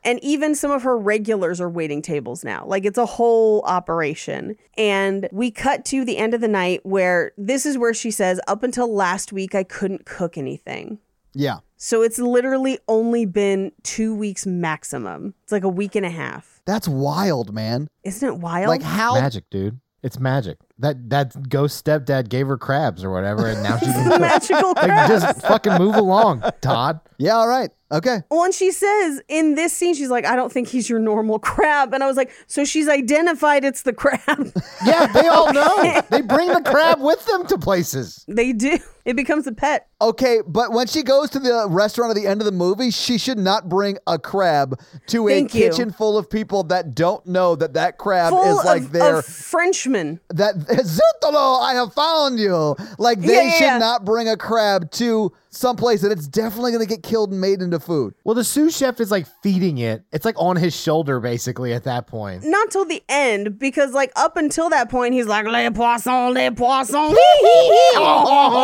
Speaker 4: And even some of her regulars are waiting tables now. Like it's a whole operation. And we cut to the end of the night where this is where she says, Up until last week, I couldn't cook anything.
Speaker 6: Yeah.
Speaker 4: So it's literally only been two weeks maximum. It's like a week and a half.
Speaker 6: That's wild, man.
Speaker 4: Isn't it wild?
Speaker 6: Like how
Speaker 5: Magic, dude. It's magic. That that ghost stepdad gave her crabs or whatever, and now she can
Speaker 4: magical
Speaker 5: like,
Speaker 4: crap.
Speaker 5: just fucking move along, Todd.
Speaker 6: Yeah, all right. Okay.
Speaker 4: Well, and she says in this scene, she's like, I don't think he's your normal crab. And I was like, so she's identified it's the crab.
Speaker 5: Yeah, they all know. They bring the crab with them to places.
Speaker 4: they do. It becomes a pet.
Speaker 6: Okay, but when she goes to the restaurant at the end of the movie, she should not bring a crab to
Speaker 4: Thank
Speaker 6: a
Speaker 4: you.
Speaker 6: kitchen full of people that don't know that that crab
Speaker 4: Full
Speaker 6: is like
Speaker 4: of,
Speaker 6: their
Speaker 4: of Frenchmen.
Speaker 6: that Zutalo, I have found you. Like they
Speaker 4: Yeah, yeah,
Speaker 6: should
Speaker 4: yeah.
Speaker 6: not bring a crab to someplace that it's definitely going to get killed and made into food.
Speaker 5: Well, the sous chef is like feeding it. It's like on his shoulder basically at that point.
Speaker 4: Not till the end, because like up until that point, he's like, Les poissons, les poissons. hee, hee, hee, oh, oh, oh."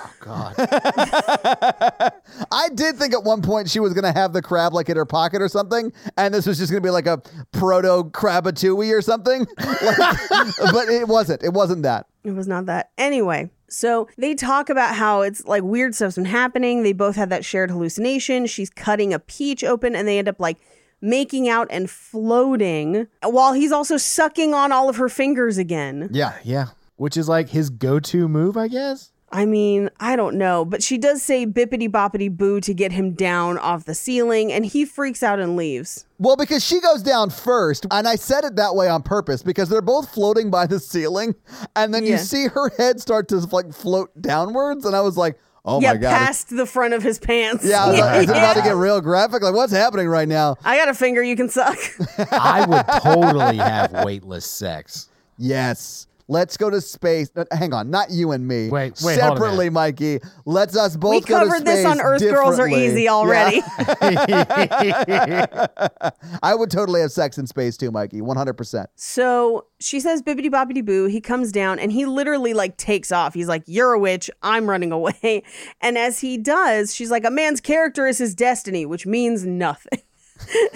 Speaker 5: Oh God!
Speaker 6: I did think at one point she was going to have the crab like in her pocket or something, and this was just going to be like a proto crabatouille or something. Like, but it wasn't. It wasn't that.
Speaker 4: It was not that. Anyway, so they talk about how it's like weird stuff's been happening. They both have that shared hallucination. She's cutting a peach open and they end up like making out and floating while he's also sucking on all of her fingers again.
Speaker 6: Yeah.
Speaker 5: yeah, which is like his go-to move, I guess.
Speaker 4: I mean, I don't know, but she does say bippity boppity boo to get him down off the ceiling and he freaks out and leaves.
Speaker 6: Well, because she goes down first, and I said it that way on purpose because they're both floating by the ceiling, and then you
Speaker 4: Yeah.
Speaker 6: see her head start to like float downwards, and I was like, "Oh
Speaker 4: yeah,
Speaker 6: my god!"
Speaker 4: past the front of his pants.
Speaker 6: yeah, I was like, it's about to get real graphic. Like, what's happening right now?
Speaker 4: I got a finger you can suck.
Speaker 5: I would totally have weightless sex.
Speaker 6: Yes. Let's go to space. uh, hang on, not you and me.
Speaker 5: Wait, wait, hold on a
Speaker 6: Separately, Mikey. Let's us both
Speaker 4: we
Speaker 6: go to
Speaker 4: covered this
Speaker 6: space
Speaker 4: on Earth Girls Are
Speaker 6: differently.
Speaker 4: Easy
Speaker 6: Yeah.
Speaker 4: already.
Speaker 6: I would totally have sex in space too, Mikey. 100%.
Speaker 4: So she says bibbity bobbity boo. He comes down and he literally like takes off. He's like, You're a witch. I'm running away. And as he does, she's like, A man's character is his destiny, which means nothing.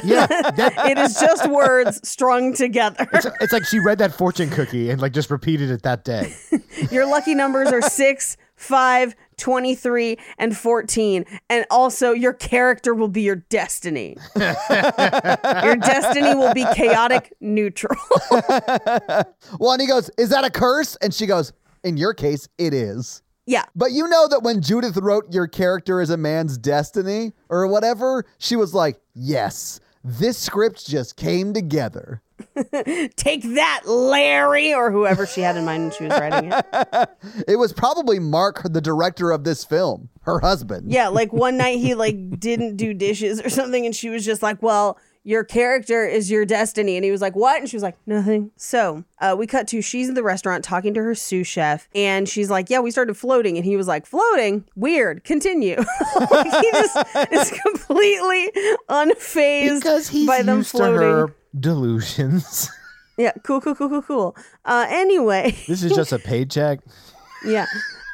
Speaker 5: Yeah, that,
Speaker 4: it is just words strung together.
Speaker 5: it's like she read that fortune cookie and like just repeated it that day.
Speaker 4: Your lucky numbers are six, five, 23, and 14. And also, your character will be your destiny. your destiny will be chaotic neutral.
Speaker 6: Well, and he goes, Is that a curse? And she goes, In your case, it is.
Speaker 4: yeah.
Speaker 6: But you know that when Judith wrote Your Character is a Man's Destiny or whatever, she was like, Yes, this script just came together.
Speaker 4: Take that, Larry, or whoever she had in mind when she was writing it.
Speaker 6: It was probably Mark, the director of this film, her husband.
Speaker 4: Yeah, like one night he like didn't do dishes or something, and she was just like, "Well, your character is your destiny," and he was like, "What?" and she was like, "Nothing." So uh, we cut to she's in the restaurant talking to her sous chef, and she's like, "Yeah, we started floating," and he was like, "Floating? Weird. Continue." like, he just is completely unfazed
Speaker 5: because he's
Speaker 4: by them
Speaker 5: used
Speaker 4: floating.
Speaker 5: to her delusions.
Speaker 4: Yeah, cool, cool, cool, cool, cool. Uh, anyway.
Speaker 5: this is just a paycheck.
Speaker 4: Yeah.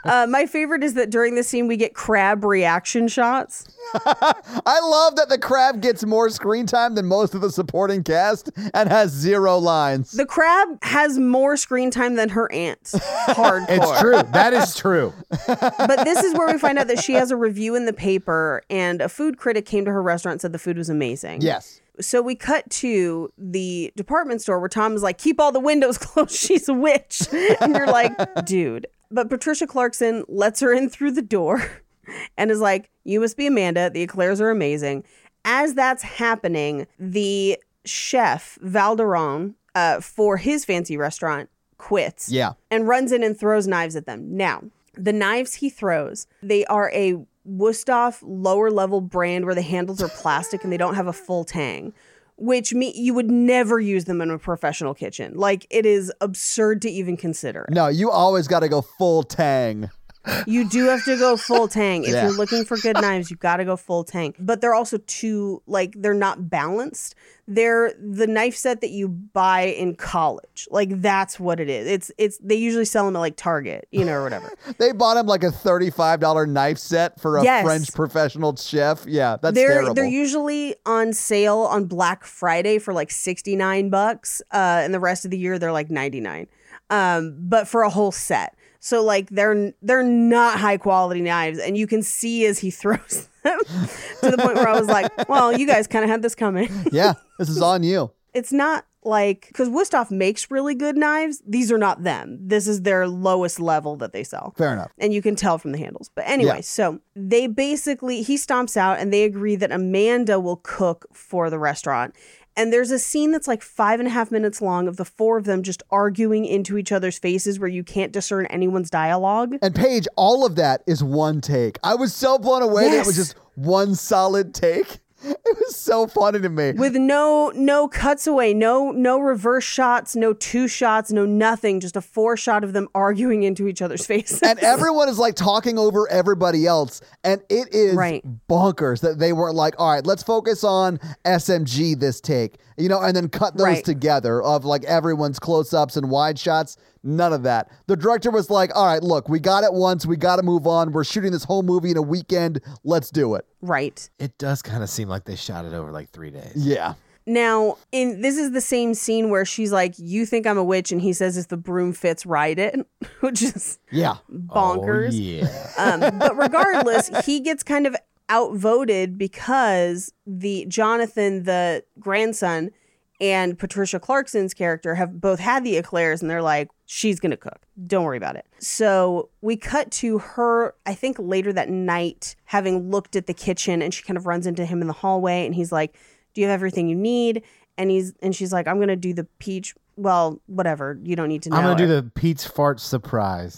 Speaker 4: Uh, my favorite is that during the scene we get crab reaction shots.
Speaker 6: I love that the crab gets more screen time than most of the supporting cast and has zero lines.
Speaker 4: The crab has more screen time than her aunt. Hardcore.
Speaker 5: It's true. That is true.
Speaker 4: But this is where we find out that she has a review in the paper and a food critic came to her restaurant and said the food was amazing.
Speaker 6: yes.
Speaker 4: So we cut to the department store where Tom is like, keep all the windows closed. She's a witch. And you're like, dude. But Patricia Clarkson lets her in through the door and is like, you must be Amanda. The eclairs are amazing. As that's happening, the chef, Valderon, uh, for his fancy restaurant, quits
Speaker 6: Yeah.
Speaker 4: and runs in and throws knives at them. Now, the knives he throws, they are a Wusthof lower level brand where the handles are plastic and they don't have a full tang, which me you would never use them in a professional kitchen. Like it is absurd to even consider. it.
Speaker 6: No, you always got to go full tang.
Speaker 4: You do have to go full tang. If
Speaker 6: Yeah.
Speaker 4: you're looking for good knives, you got to go full tang. But they're also too like they're not balanced. They're the knife set that you buy in college. Like that's what it is. It's it's they usually sell them at like Target, you know, or whatever.
Speaker 6: They bought him like a thirty-five dollar knife set for a
Speaker 4: Yes.
Speaker 6: French professional chef. Yeah, that's
Speaker 4: they're
Speaker 6: terrible.
Speaker 4: they're usually on sale on Black Friday for like 69 bucks uh and the rest of the year they're like 99. Um but for a whole set. So like they're they're not high quality knives, and you can see as he throws them to the point where I was like, well, you guys kind of had this coming.
Speaker 6: Yeah, this is on you.
Speaker 4: It's not like because Wusthof makes really good knives. These are not them. This is their lowest level that they sell.
Speaker 6: Fair enough.
Speaker 4: And you can tell from the handles. But anyway,
Speaker 6: Yeah.
Speaker 4: so they basically, he stomps out and they agree that Amanda will cook for the restaurant. And there's a scene that's like five and a half minutes long of the four of them just arguing into each other's faces where you can't discern anyone's dialogue.
Speaker 6: And Paige, all of that is one take. I was so blown away that it was
Speaker 4: Yes.
Speaker 6: just one solid take. It was so funny to me.
Speaker 4: With no no cuts away, no no reverse shots, no two shots, no nothing, just a four shot of them arguing into each other's faces.
Speaker 6: and everyone is like talking over everybody else. And it is
Speaker 4: Right.
Speaker 6: bonkers that they weren't like, all right, let's focus on SMG this take, you know, and then cut those
Speaker 4: Right.
Speaker 6: together of like everyone's close ups and wide shots. None of that. The director was like, all right, look, we got it once. We got to move on. We're shooting this whole movie in a weekend. Let's do it.
Speaker 4: right.
Speaker 5: It does kind of seem like they shot it over like three days.
Speaker 6: Yeah.
Speaker 4: Now, in this is the same scene where she's like, "You think I'm a witch," and he says, "If the broom fits, ride it," which is
Speaker 6: Yeah.
Speaker 4: bonkers.
Speaker 5: Oh, yeah.
Speaker 4: um, but regardless, he gets kind of outvoted because the Jonathan, the grandson, and Patricia Clarkson's character have both had the eclairs, and they're like, "She's gonna cook. Don't worry about it." So we cut to her. I think later that night, having looked at the kitchen, and she kind of runs into him in the hallway, and he's like, "Do you have everything you need?" And he's and she's like, "I'm gonna do the peach." Well, whatever. You don't need to know.
Speaker 5: I'm gonna
Speaker 4: it."
Speaker 5: do the Pete's fart surprise.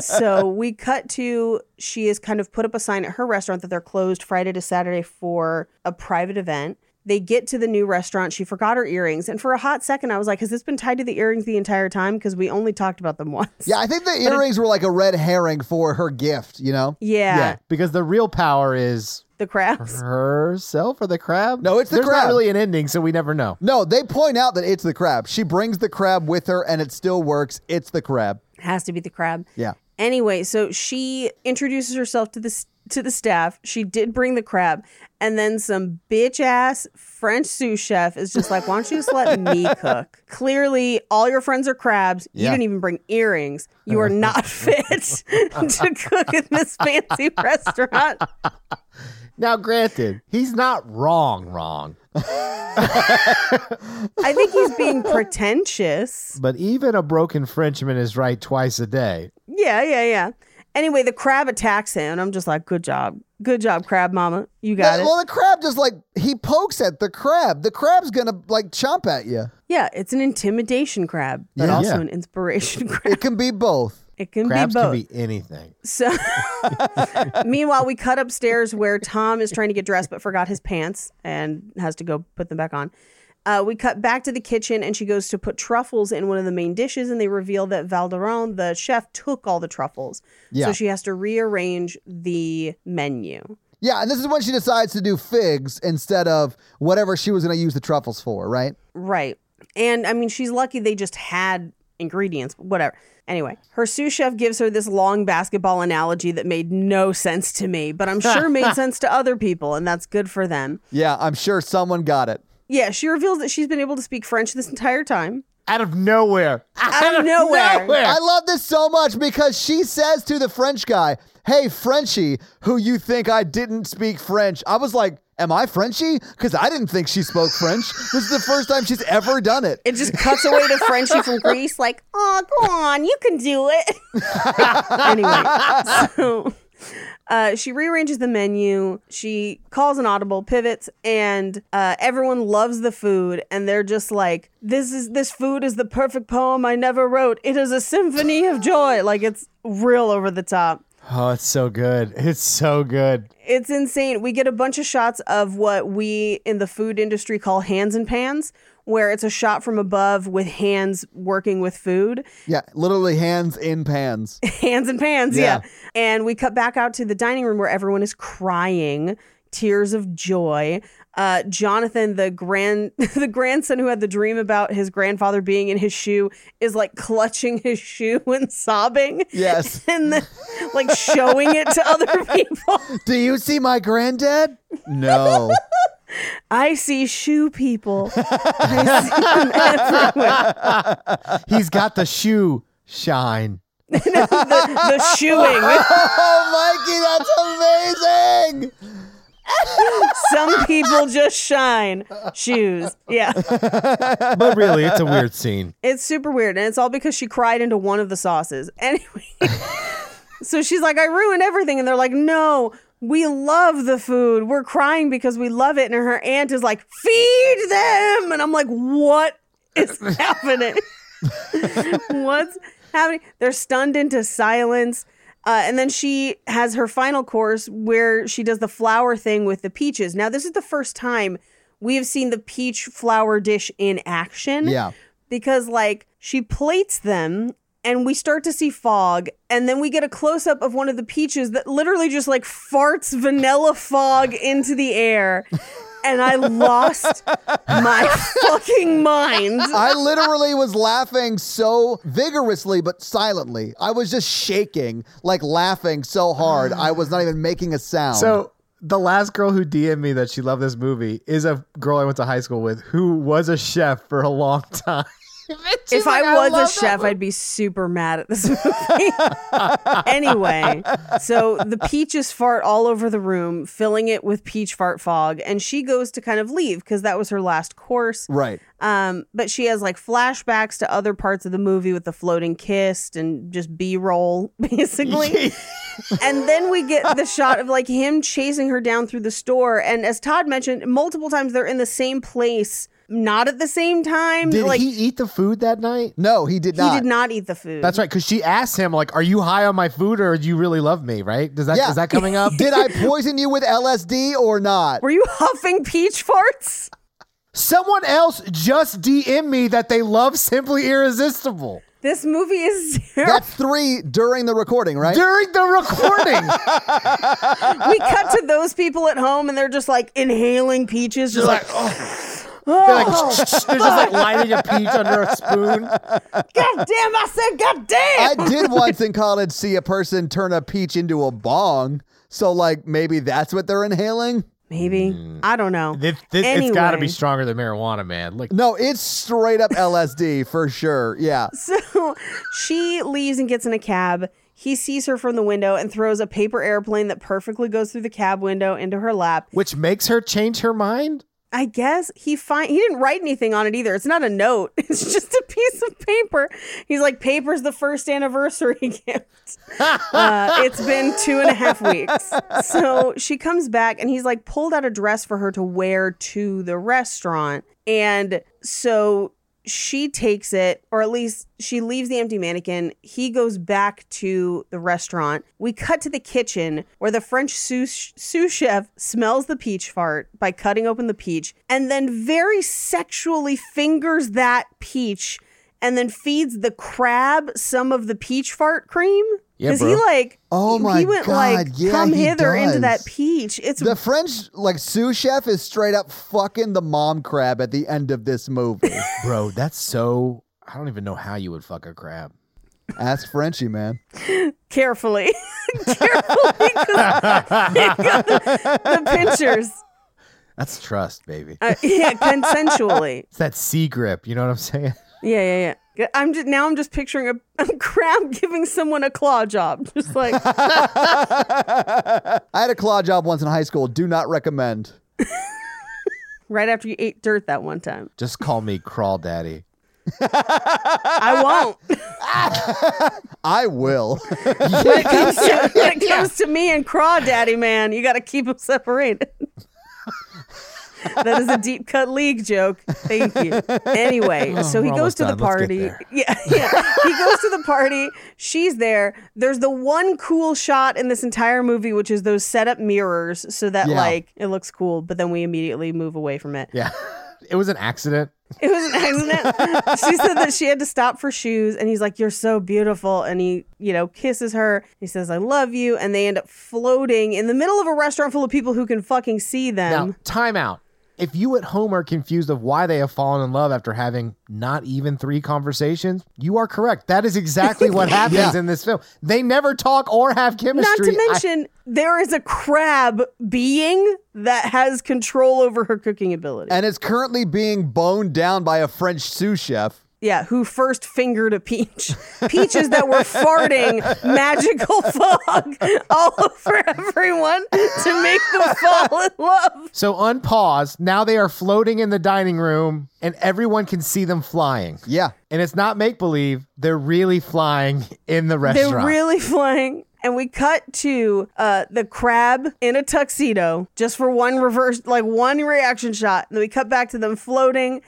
Speaker 4: so we cut to she has kind of put up a sign at her restaurant that they're closed Friday to Saturday for a private event. They get to the new restaurant. She forgot her earrings. And for a hot second, I was like, has this been tied to the earrings the entire time? Because we only talked about them once.
Speaker 6: Yeah. I think the earrings were like a red herring for her gift, you know?
Speaker 4: Yeah.
Speaker 5: yeah, Uh-huh. because the real power is
Speaker 4: The crabs.
Speaker 5: herself or the crab.
Speaker 6: No, it's the
Speaker 5: There's
Speaker 6: crab.
Speaker 5: not really an ending, so we never know.
Speaker 6: No, they point out that it's the crab. She brings the crab with her and it still works. It's the crab.
Speaker 4: Has to be the crab.
Speaker 6: Yeah.
Speaker 4: Anyway, so she introduces herself to the to the staff. She did bring the crab, and then some bitch ass French sous chef is just like, "Why don't you just let me cook?" Clearly, all your friends are crabs. You
Speaker 6: Yeah.
Speaker 4: didn't even bring earrings. You are not fit to cook in this fancy restaurant.
Speaker 5: Now, granted, he's not wrong, wrong,
Speaker 4: I think he's being pretentious.
Speaker 5: but even a broken Frenchman is right twice a day.
Speaker 4: Yeah, yeah, yeah. Anyway, the crab attacks him, and I'm just like, "Good job, good job, crab mama. You got
Speaker 6: Well,
Speaker 4: it."
Speaker 6: well, the crab just like he pokes at the crab. The crab's gonna like chomp at you.
Speaker 4: Yeah, it's an intimidation crab, but
Speaker 5: Yeah.
Speaker 4: also
Speaker 5: Yeah.
Speaker 4: an inspiration crab.
Speaker 6: It can be both.
Speaker 4: It can
Speaker 5: Crabs
Speaker 4: be both.
Speaker 5: can be anything.
Speaker 4: So, meanwhile, we cut upstairs where Tom is trying to get dressed but forgot his pants and has to go put them back on. Uh, we cut back to the kitchen and she goes to put truffles in one of the main dishes and they reveal that Valderon, the chef, took all the truffles.
Speaker 6: Yeah.
Speaker 4: So she has to rearrange the menu.
Speaker 6: Yeah, and this is when she decides to do figs instead of whatever she was gonna use the truffles for, right?
Speaker 4: Right. And I mean, she's lucky they just had ingredients, but whatever. Anyway, her sous chef gives her this long basketball analogy that made no sense to me, but I'm sure made sense to other people, and that's good for them.
Speaker 6: Yeah, I'm sure someone got it.
Speaker 4: Yeah, she reveals that she's been able to speak French this entire time.
Speaker 5: Out of nowhere.
Speaker 4: Out of nowhere.
Speaker 6: I love this so much because she says to the French guy, Hey, Frenchie, who you think I didn't speak French. I was like, Am I Frenchie? Because I didn't think she spoke French. this is the first time she's ever done it.
Speaker 4: It just cuts away to Frenchie from Greece, like, oh, go on, you can do it. anyway, so uh, she rearranges the menu. She calls an audible, pivots, and uh, everyone loves the food. And they're just like, this is this food is the perfect poem I never wrote. It is a symphony of joy. Like it's real over the top.
Speaker 5: Oh, it's so good. It's so good.
Speaker 4: It's insane. We get a bunch of shots of what we in the food industry call hands and pans, where it's a shot from above with hands working with food.
Speaker 6: Yeah, literally hands in pans.
Speaker 4: Hands and pans, yeah.
Speaker 6: Yeah.
Speaker 4: And we cut back out to the dining room where everyone is crying, tears of joy. Uh, Jonathan, the grand, the grandson who had the dream about his grandfather being in his shoe, is like clutching his shoe and sobbing.
Speaker 6: Yes.
Speaker 4: and then, like showing it to other people.
Speaker 6: Do you see my granddad? No.
Speaker 4: I see shoe people. I see them everywhere.
Speaker 5: He's got the shoe shine.
Speaker 4: the shoeing.
Speaker 6: Oh, Mikey, that's amazing.
Speaker 4: Some people just shine. Shoes. Yeah.
Speaker 5: But really, it's a weird scene.
Speaker 4: It's super weird. And it's all because she cried into one of the sauces. Anyway. so she's like, I ruined everything. And they're like, no, we love the food. We're crying because we love it. And her aunt is like, feed them. And I'm like, what is happening? What's happening? They're stunned into silence. Uh, and then she has her final course where she does the flower thing with the peaches. Now, this is the first time we have seen the peach flower dish in action
Speaker 6: Yeah.
Speaker 4: because like she plates them and we start to see fog and then we get a close up of one of the peaches that literally just like farts vanilla fog into the air and I lost my fucking mind.
Speaker 6: I literally was laughing so vigorously but silently. I was just shaking, like laughing so hard I was not even making a sound.
Speaker 5: So the last girl who DM'd me that she loved this movie is a girl I went to high school with who was a chef for a long time.
Speaker 4: if I was a chef, I'd be super mad at this movie. anyway, so the peaches fart all over the room, filling it with peach fart fog, and she goes to kind of leave because that was her last course.
Speaker 6: right.
Speaker 4: Um, but she has like flashbacks to other parts of the movie with the floating kiss and just B roll, basically. and then we get the shot of like him chasing her down through the store. And as Todd mentioned, multiple times they're in the same place, not at the same time.
Speaker 5: Did
Speaker 4: like
Speaker 5: he eat the food that night?
Speaker 6: No, he did
Speaker 4: he
Speaker 6: not.
Speaker 4: did not eat the food.
Speaker 5: That's right, because she asked him, like, "Are you high on my food, or do you really love me?" Right? Does that
Speaker 6: Yeah.
Speaker 5: is that coming up?
Speaker 6: Did I poison you with LSD or not?
Speaker 4: Were you huffing peach farts?
Speaker 5: Someone else just DM me that they love Simply Irresistible
Speaker 4: This movie is terrible.
Speaker 6: That's three during the recording, right?
Speaker 5: during the recording.
Speaker 4: we cut to those people at home and they're just like inhaling peaches, just like, Oh,
Speaker 5: They're oh. like,
Speaker 6: Oh,
Speaker 5: they're just like lighting a peach under a spoon.
Speaker 4: God damn, I said, God damn.
Speaker 6: I did once in college see a person turn a peach into a bong. So, like, maybe that's what they're inhaling.
Speaker 4: Maybe. I don't know.
Speaker 5: This, this, Mm. It's got to
Speaker 4: Anyway.
Speaker 5: be stronger than marijuana, man. Like,
Speaker 6: No, it's straight up LSD for sure. Yeah.
Speaker 4: So she leaves and gets in a cab. He sees her from the window and throws a paper airplane that perfectly goes through the cab window into her lap.
Speaker 5: which makes her change her mind.
Speaker 4: I guess he find he didn't write anything on it either. It's not a note. It's just a piece of paper. He's like, "Paper's the first anniversary gift." uh, it's been two and a half weeks. So she comes back and he's like pulled out a dress for her to wear to the restaurant, and so she takes it, or at least she leaves the empty mannequin. He goes back to the restaurant. We cut to the kitchen where the French sous, sous chef smells the peach fart by cutting open the peach and then very sexually fingers that peach and then feeds the crab some of the peach fart cream.
Speaker 5: Yeah,
Speaker 4: he
Speaker 5: bro.
Speaker 4: like,
Speaker 6: Oh my
Speaker 4: he went
Speaker 6: God,
Speaker 4: like,
Speaker 6: yeah,
Speaker 4: come
Speaker 6: he
Speaker 4: hither into
Speaker 6: does.
Speaker 4: that peach. It's
Speaker 6: The French, like, sous chef is straight up fucking the mom crab at the end of this movie.
Speaker 5: Bro, that's so. I don't even know how you would fuck a crab.
Speaker 6: Ask Frenchie, man.
Speaker 4: carefully, carefully, 'cause- the pictures.
Speaker 5: That's trust, baby.
Speaker 4: Uh, yeah, consensually.
Speaker 5: It's that C grip. You know what I'm saying?
Speaker 4: Yeah, yeah, yeah. I'm just now. I'm just picturing a, a crab giving someone a claw job, just like
Speaker 6: I had a claw job once in high school. Do not recommend.
Speaker 4: right after you ate dirt that one time.
Speaker 5: Just call me Crawl Daddy.
Speaker 4: I won't.
Speaker 6: I will.
Speaker 4: When it comes to, when it comes to me and craw daddy, man, you got to keep them separated. that is a deep cut league joke. Thank you. Anyway, so he
Speaker 5: Oh, we're
Speaker 4: goes
Speaker 5: almost
Speaker 4: to the
Speaker 5: done. Let's get
Speaker 4: party.
Speaker 5: there.
Speaker 4: Yeah, yeah. he goes to the party. She's there. There's the one cool shot in this entire movie, which is those set up mirrors, so that
Speaker 6: Yeah.
Speaker 4: like it looks cool. But then we immediately move away from it.
Speaker 5: Yeah. It was an accident.
Speaker 4: It was an accident. she said that she had to stop for shoes, and he's like, "You're so beautiful," and he, you know, kisses her. He says, "I love you," and they end up floating in the middle of a restaurant full of people who can fucking see them.
Speaker 5: Now, time out. If you at home are confused of why they have fallen in love after having not even three conversations, you are correct. That is exactly what happens in this film. They never talk or have
Speaker 4: Not
Speaker 5: chemistry.
Speaker 4: to mention, there is a crab being that has control over her cooking ability.
Speaker 6: and is currently being boned down by a French sous chef.
Speaker 4: Yeah, who first fingered a peach? Peaches that were farting magical fog all over everyone to make them fall in love.
Speaker 5: So unpause. Now they are floating in the dining room and everyone can see them flying.
Speaker 6: Yeah.
Speaker 5: And it's not make believe. They're really flying in the restaurant.
Speaker 4: They're really flying. And we cut to uh, the crab in a tuxedo just for one reverse, like one reaction shot. And then we cut back to them floating.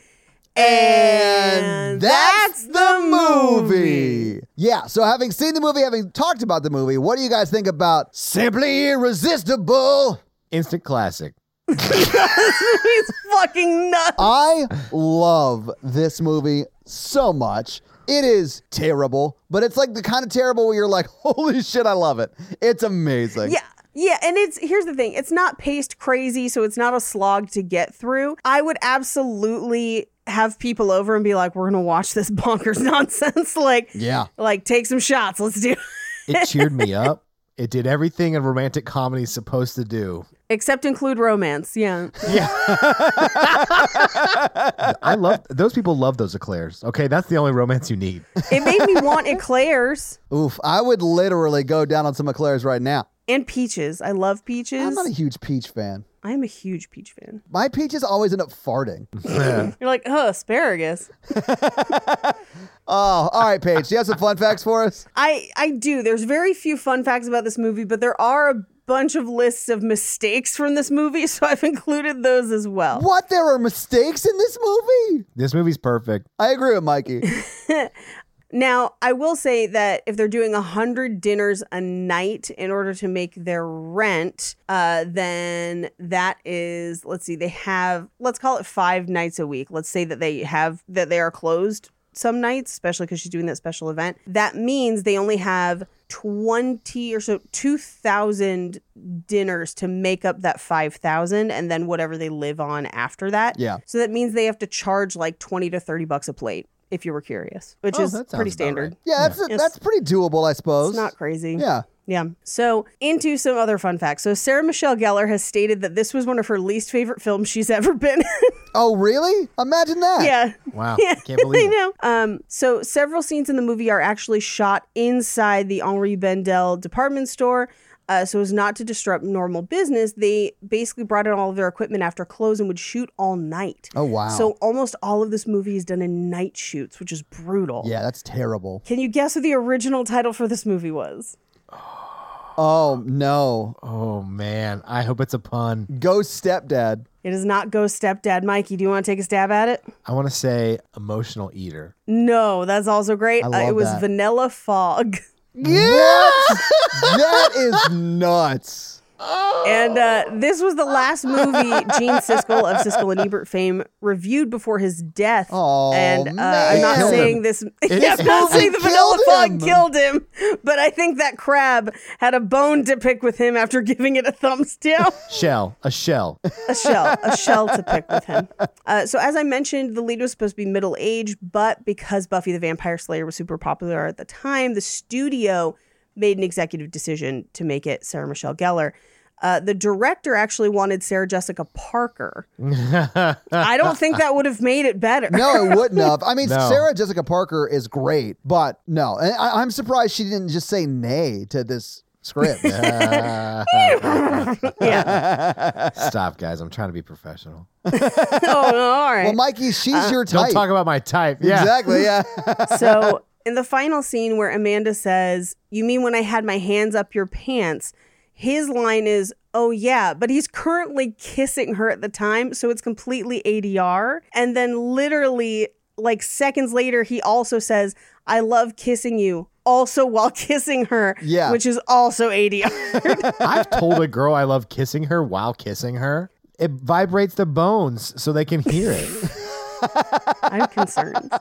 Speaker 6: And that's the movie. Yeah. So, having seen the movie, having talked about the movie, what do you guys think about Simply Irresistible?
Speaker 5: Instant classic.
Speaker 4: He's fucking nuts.
Speaker 6: I love this movie so much. It is terrible, but it's like the kind of terrible where you're like, holy shit, I love it. It's amazing.
Speaker 4: Yeah. Yeah, and it's here's the thing. It's not paced crazy, so it's not a slog to get through. I would absolutely have people over and be like, "We're going to watch this bonkers nonsense." like
Speaker 6: Yeah.
Speaker 4: Like take some shots. Let's do it.
Speaker 5: It cheered me up. It did everything a romantic comedy is supposed to do.
Speaker 4: except include romance. Yeah.
Speaker 5: I love those people love those eclairs. Okay, that's the only romance you need.
Speaker 4: It made me want eclairs
Speaker 6: Oof. I would literally go down on some Eclairs right now.
Speaker 4: and peaches. I love peaches.
Speaker 6: I'm not a huge peach fan.
Speaker 4: I am a huge peach fan.
Speaker 6: My peaches always end up farting.
Speaker 4: You're like, "Oh, asparagus."
Speaker 6: Oh, all right, Paige. Do you have some fun facts for us?
Speaker 4: I I do. There's very few fun facts about this movie, but there are a bunch of lists of mistakes from this movie, so I've included those as well.
Speaker 6: What? There are mistakes in this movie?
Speaker 5: This movie's perfect.
Speaker 6: I agree with Mikey.
Speaker 4: Now, I will say that if they're doing 100 dinners a night in order to make their rent, uh, then that is, let's see, they have, let's call it five nights a week. Let's say that they have, that they are closed some nights, especially because she's doing that special event. That means they only have 20 or so, 2,000 dinners to make up that 5,000 and then whatever they live on after that.
Speaker 6: Yeah.
Speaker 4: So that means they have to charge like 20 to 30 bucks a plate. If you were curious, which
Speaker 5: Oh,
Speaker 4: is
Speaker 5: that sounds
Speaker 4: pretty
Speaker 5: about
Speaker 4: standard.
Speaker 5: right.
Speaker 6: Yeah, that's
Speaker 4: Yes.
Speaker 6: that's pretty doable, I suppose.
Speaker 4: It's not crazy.
Speaker 6: Yeah.
Speaker 4: Yeah. So, into some other fun facts. So, Sarah Michelle Gellar has stated that this was one of her least favorite films she's ever been. in.
Speaker 6: Oh, really? Imagine that.
Speaker 4: yeah.
Speaker 5: Wow.
Speaker 4: Yeah,
Speaker 5: Can't believe
Speaker 4: I
Speaker 5: it.
Speaker 4: know. Um, so several scenes in the movie are actually shot inside the Henri Bendel department store. Uh, so as not to disrupt normal business, they basically brought in all of their equipment after close and would shoot all night.
Speaker 6: Oh, wow.
Speaker 4: So almost all of this movie is done in night shoots, which is brutal.
Speaker 6: Yeah, that's terrible.
Speaker 4: Can you guess what the original title for this movie was?
Speaker 6: Oh no.
Speaker 5: Oh man. I hope it's a pun.
Speaker 6: Ghost stepdad.
Speaker 4: It is not Ghost Stepdad Mikey. Do you want to take a stab at it?
Speaker 5: I want to say emotional eater.
Speaker 4: No, that's also great.
Speaker 6: I
Speaker 4: uh, it
Speaker 6: love
Speaker 4: was
Speaker 6: that.
Speaker 4: Vanilla Fog.
Speaker 6: What? that is nuts.
Speaker 4: And uh, this was the last movie Gene Siskel of Siskel and Ebert fame reviewed before his death.
Speaker 6: Aw,
Speaker 4: and uh,
Speaker 6: man.
Speaker 4: I'm not
Speaker 5: Killed
Speaker 4: saying
Speaker 5: him.
Speaker 4: this. yeah, I'm not
Speaker 6: killed-
Speaker 4: saying the
Speaker 6: it
Speaker 4: vanilla
Speaker 6: killed
Speaker 4: fog
Speaker 6: him.
Speaker 4: killed him, but I think that crab had a bone to pick with him after giving it a thumbs down.
Speaker 5: Shell. A shell.
Speaker 4: a shell, a shell to pick with him. Uh, so, as I mentioned, the lead was supposed to be middle aged, but because Buffy the Vampire Slayer was super popular at the time, the studio made an executive decision to make it Sarah Michelle Gellar. Uh, the director actually wanted Sarah Jessica Parker. I don't think that would have made it better.
Speaker 6: No, it wouldn't have. I mean,
Speaker 5: No.
Speaker 6: Sarah Jessica Parker is great, but no. And I, I'm surprised she didn't just say nay to this script.
Speaker 4: Yeah.
Speaker 5: Stop, guys. I'm trying to be professional.
Speaker 4: Oh, no, all right.
Speaker 6: well, Mikey, she's your
Speaker 5: Uh, Don't
Speaker 6: type.
Speaker 5: talk about my type. Yeah.
Speaker 6: Exactly. Yeah.
Speaker 4: so in the final scene where Amanda says, "You mean when I had my hands up your pants?" His line is, "Oh yeah," but he's currently kissing her at the time, so it's completely ADR. And then literally like seconds later he also says, "I love kissing you." Also, while kissing her,
Speaker 6: Yeah.
Speaker 4: which is also ADR.
Speaker 5: I've told a girl I love kissing her while kissing her. It vibrates the bones so they can hear it.
Speaker 4: I'm concerned.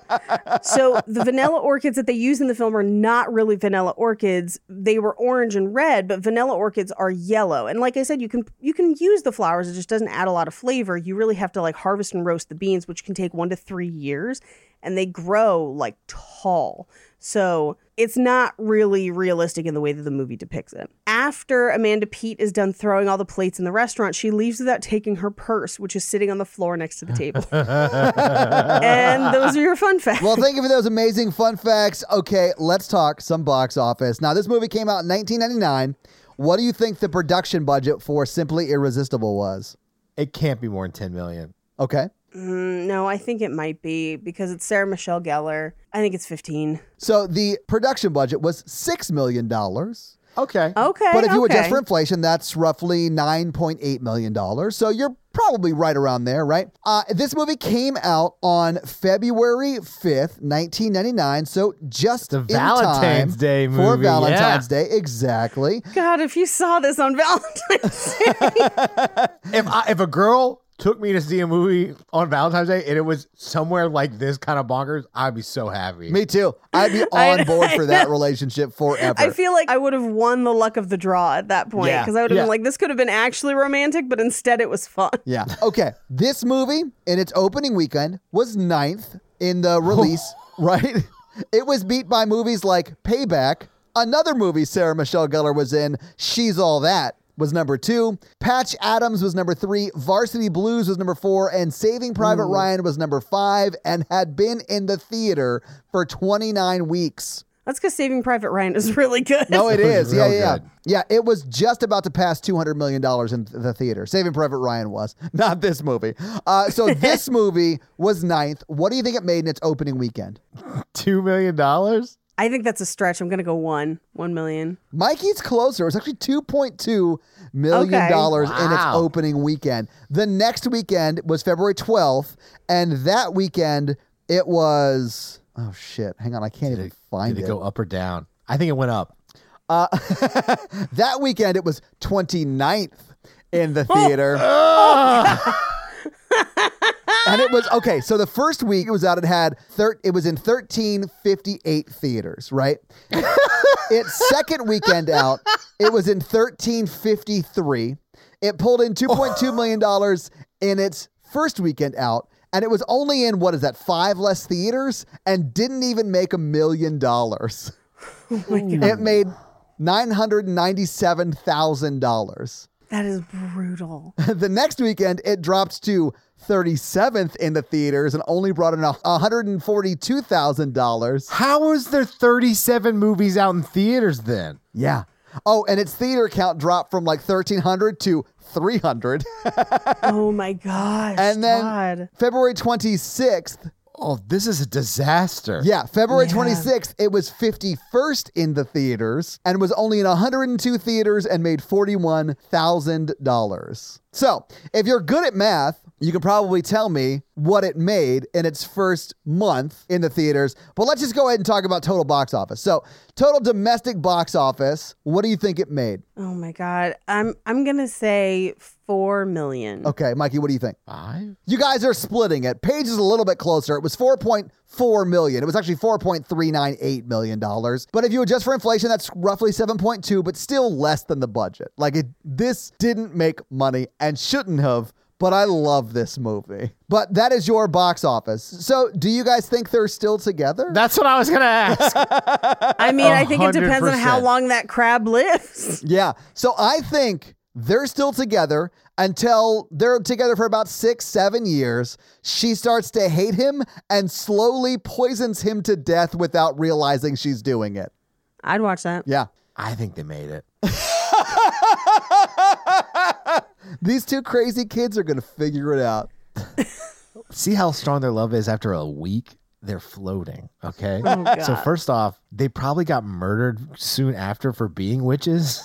Speaker 4: so the vanilla orchids that they use in the film are not really vanilla orchids. They were orange and red, but vanilla orchids are yellow. And like I said, you can you can use the flowers. It just doesn't add a lot of flavor. You really have to like harvest and roast the beans, which can take one to three years. and they grow like tall. So it's not really realistic in the way that the movie depicts it. After Amanda Pete is done throwing all the plates in the restaurant, she leaves without taking her purse, which is sitting on the floor next to the table. and those are your fun facts.
Speaker 6: Well, thank you for those amazing fun facts. Okay, let's talk some box office. Now, this movie came out in 1999. What do you think the production budget for Simply Irresistible was?
Speaker 5: It can't be more than 10 million.
Speaker 6: Okay.
Speaker 4: Mm, no, I think it might be because it's Sarah Michelle Gellar. I think it's 15.
Speaker 6: So the production budget was $6 million. But
Speaker 5: Okay.
Speaker 4: Okay.
Speaker 6: if you
Speaker 4: okay.
Speaker 6: adjust for inflation, that's roughly $9.8 million. So you're probably right around there, right? Uh, this movie came out on February 5th, 1999. So just
Speaker 5: The
Speaker 6: in
Speaker 5: Valentine's
Speaker 6: time
Speaker 5: Day
Speaker 6: For
Speaker 5: movie, yeah.
Speaker 6: Valentine's Day, exactly.
Speaker 4: God, if you saw this on Valentine's Day.
Speaker 5: If I, if a girl took me to see a movie on Valentine's Day and it was somewhere like this kind of bonkers, I'd be so happy.
Speaker 6: Me too. I'd be
Speaker 4: I-
Speaker 6: on board for
Speaker 4: I
Speaker 6: that
Speaker 4: know.
Speaker 6: relationship forever.
Speaker 4: I feel like I would have won the luck of the draw at that point
Speaker 5: Yeah.
Speaker 4: because I would have
Speaker 5: Yeah.
Speaker 4: been like, this could have been actually romantic, but instead it was fun.
Speaker 6: yeah. Okay. This movie in its opening weekend was ninth in the release, right? It was beat by movies like Payback, another movie Sarah Michelle Gellar was in, She's All That was number two, Patch Adams was number three, Varsity Blues was number four, and Saving Private Ryan was number five and had been in the theater for 29 weeks.
Speaker 4: That's because Saving Private Ryan is really good.
Speaker 6: No, it
Speaker 5: It was
Speaker 6: is. Yeah,
Speaker 5: real
Speaker 6: yeah,
Speaker 5: good.
Speaker 6: yeah. Yeah, it was just about to pass two hundred million dollars in the theater. Saving Private Ryan was not this movie. Uh, so this movie was ninth. What do you think it made in its opening weekend?
Speaker 5: Two million dollars?
Speaker 4: I think that's a stretch. I'm going to go one, one million.
Speaker 6: Mikey's closer. It was actually two point two million
Speaker 4: Okay.
Speaker 6: dollars in its
Speaker 5: Wow.
Speaker 6: opening weekend. The next weekend was February twelfth, and that weekend it was. Oh shit! Hang on, I can't even find
Speaker 5: Did it go up or down? I think it went up.
Speaker 6: Uh, that weekend it was 29th in the theater. and it was okay, so the first week it was out it had thir- it was in 1358 theaters, right? its second weekend out, it was in 1353. It pulled in 2.2 million dollars in its first weekend out. And it was only in what is that five less theaters and didn't even make a million dollars.
Speaker 4: Oh
Speaker 6: It made nine hundred ninety-seven thousand dollars.
Speaker 4: That is brutal.
Speaker 6: The next weekend, it dropped to thirty-seventh in the theaters and only brought in one hundred and forty-two thousand dollars.
Speaker 5: How was there 37 movies out in theaters then?
Speaker 6: Yeah. Oh, and its theater count dropped from like thirteen hundred to three hundred,
Speaker 4: oh my gosh.
Speaker 6: and then
Speaker 4: God.
Speaker 6: February twenty-sixth.
Speaker 5: Oh, this is a disaster.
Speaker 6: Yeah, February 26th, it was 51st in the theaters and was only in 102 theaters and made $41,000. So, if you're good at math, you can probably tell me what it made in its first month in the theaters. But let's just go ahead and talk about total box office. So, total domestic box office, what do you think it made?
Speaker 4: Oh my God. I'm I'm going to say 4 million.
Speaker 6: Okay, Mikey, what do you think?
Speaker 5: Five?
Speaker 6: You guys are splitting it. Paige is a little bit closer. It was 4.4 million. It was actually 4.398 million dollars. But if you adjust for inflation, that's roughly 7.2, but still less than the budget. Like it this didn't make money and shouldn't have, but I love this movie. But that is your box office. So, do you guys think they're still together?
Speaker 5: That's what I was going to ask.
Speaker 4: I mean, I think it depends on how
Speaker 5: 100%.
Speaker 4: long that crab lives.
Speaker 6: yeah. So, I think they're still together until they're together for about six, seven years. She starts to hate him and slowly poisons him to death without realizing she's doing it.
Speaker 4: I'd watch that.
Speaker 6: Yeah.
Speaker 5: I think they made it.
Speaker 6: These two crazy kids are going to figure it out.
Speaker 5: See how strong their love is after a week? They're floating. Okay. so, first off, they probably got murdered soon after for being witches.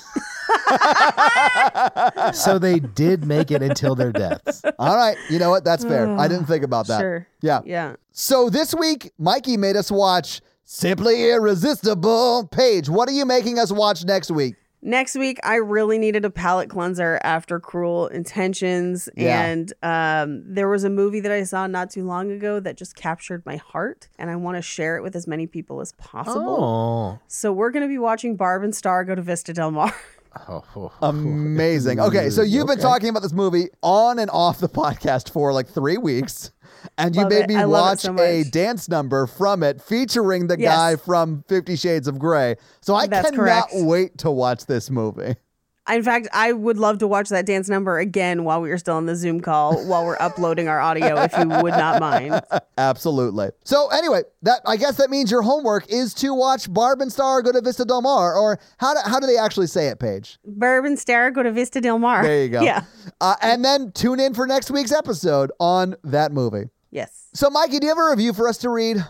Speaker 5: so, they did make it until their deaths.
Speaker 6: All right. You know what? That's fair. I didn't think about that.
Speaker 4: Sure.
Speaker 6: Yeah.
Speaker 4: Yeah.
Speaker 6: So this week, Mikey made us watch Simply Irresistible. Paige, what are you making us watch next week?
Speaker 4: Next week, I really needed a palate cleanser after Cruel Intentions.
Speaker 6: Yeah.
Speaker 4: And um, there was a movie that I saw not too long ago that just captured my heart. And I want to share it with as many people as possible.
Speaker 5: Oh.
Speaker 4: So we're going to be watching Barb and Star go to Vista Del Mar.
Speaker 5: Oh, oh, oh.
Speaker 6: Amazing. Okay, so you've been talking about this movie on and off the podcast for like three weeks. And you
Speaker 4: Love
Speaker 6: made
Speaker 4: it.
Speaker 6: me
Speaker 4: I love it
Speaker 6: watch
Speaker 4: so much.
Speaker 6: a dance number from it featuring the
Speaker 4: Yes.
Speaker 6: guy from Fifty Shades of Grey. So I
Speaker 4: That's
Speaker 6: cannot
Speaker 4: correct.
Speaker 6: wait to watch this movie.
Speaker 4: In fact, I would love to watch that dance number again while we are still on the Zoom call while we're uploading our audio, if you would not mind.
Speaker 6: Absolutely. So anyway, that I guess that means your homework is to watch Barb and Star go to Vista Del Mar, or how do, how do they actually say it, Paige?
Speaker 4: Bourbon Star, go to Vista Del Mar.
Speaker 6: There you go.
Speaker 4: Yeah.
Speaker 6: Uh, and then tune in for next week's episode on that movie.
Speaker 4: Yes.
Speaker 6: So, Mikey, do you have a review for us to read?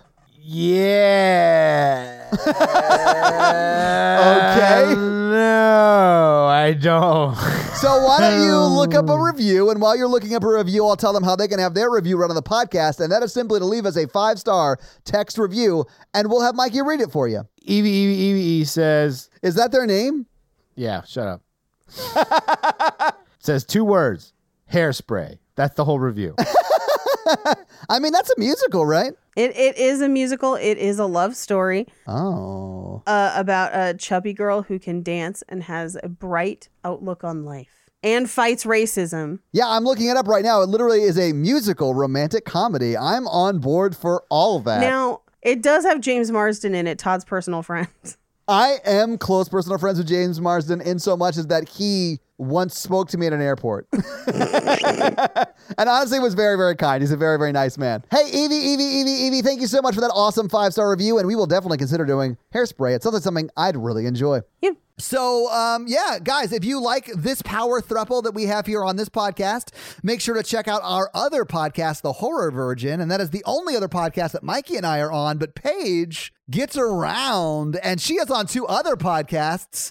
Speaker 5: Yeah. Oh,
Speaker 6: Okay.
Speaker 5: No, I don't.
Speaker 6: So why don't you look up a review? And while you're looking up a review, I'll tell them how they can have their review run on the podcast, and that is simply to leave us a five star text review, and we'll have Mikey read it for you.
Speaker 5: Evie Evie Evie E says,
Speaker 6: Is that their name?
Speaker 5: "Yeah, shut up." says two words: hairspray. That's the whole review.
Speaker 6: I mean, that's a musical, right?
Speaker 4: It, it is a musical, it is a love story
Speaker 6: Oh,
Speaker 4: uh, about a chubby girl who can dance and has a bright outlook on life and fights racism.
Speaker 6: yeah. I'm looking it up right now. It literally is a musical romantic comedy. I'm on board for all that.
Speaker 4: Now, it does have James Marsden in it, Todd's personal friend.
Speaker 6: I am close personal friends with James Marsden in so much as that he once spoke to me at an airport. and honestly was very, very kind. He's a very, very nice man. Hey, Evie, Evie, Evie, Evie, thank you so much for that awesome five star review. And we will definitely consider doing hairspray. It's something, something I'd really enjoy.
Speaker 4: Yeah.
Speaker 6: So, um, yeah, guys, if you like this power thruple that we have here on this podcast, make sure to check out our other podcast, The Horror Virgin. And that is the only other podcast that Mikey and I are on. But Paige gets around and she is on two other podcasts.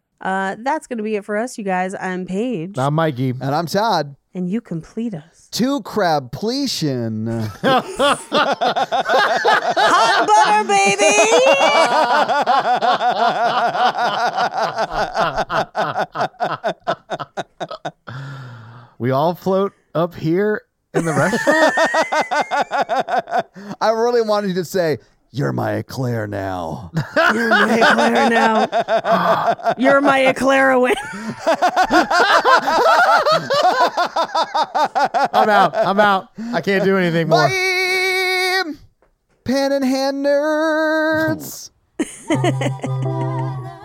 Speaker 4: Uh, that's going to be it for us, you guys. I'm Paige,
Speaker 5: Now, Mikey.
Speaker 6: And I'm Todd.
Speaker 4: and you complete us.
Speaker 6: Two crab pletion.
Speaker 4: Hot butter, baby!
Speaker 5: We all float up here in the restaurant.
Speaker 6: I really wanted you to say, You're my eclair now.
Speaker 4: my eclair now. You're my eclair win.
Speaker 5: I'm out. I'm out. I can't do anything more.
Speaker 6: Bye! Pen and hand nerds.
Speaker 1: la, la.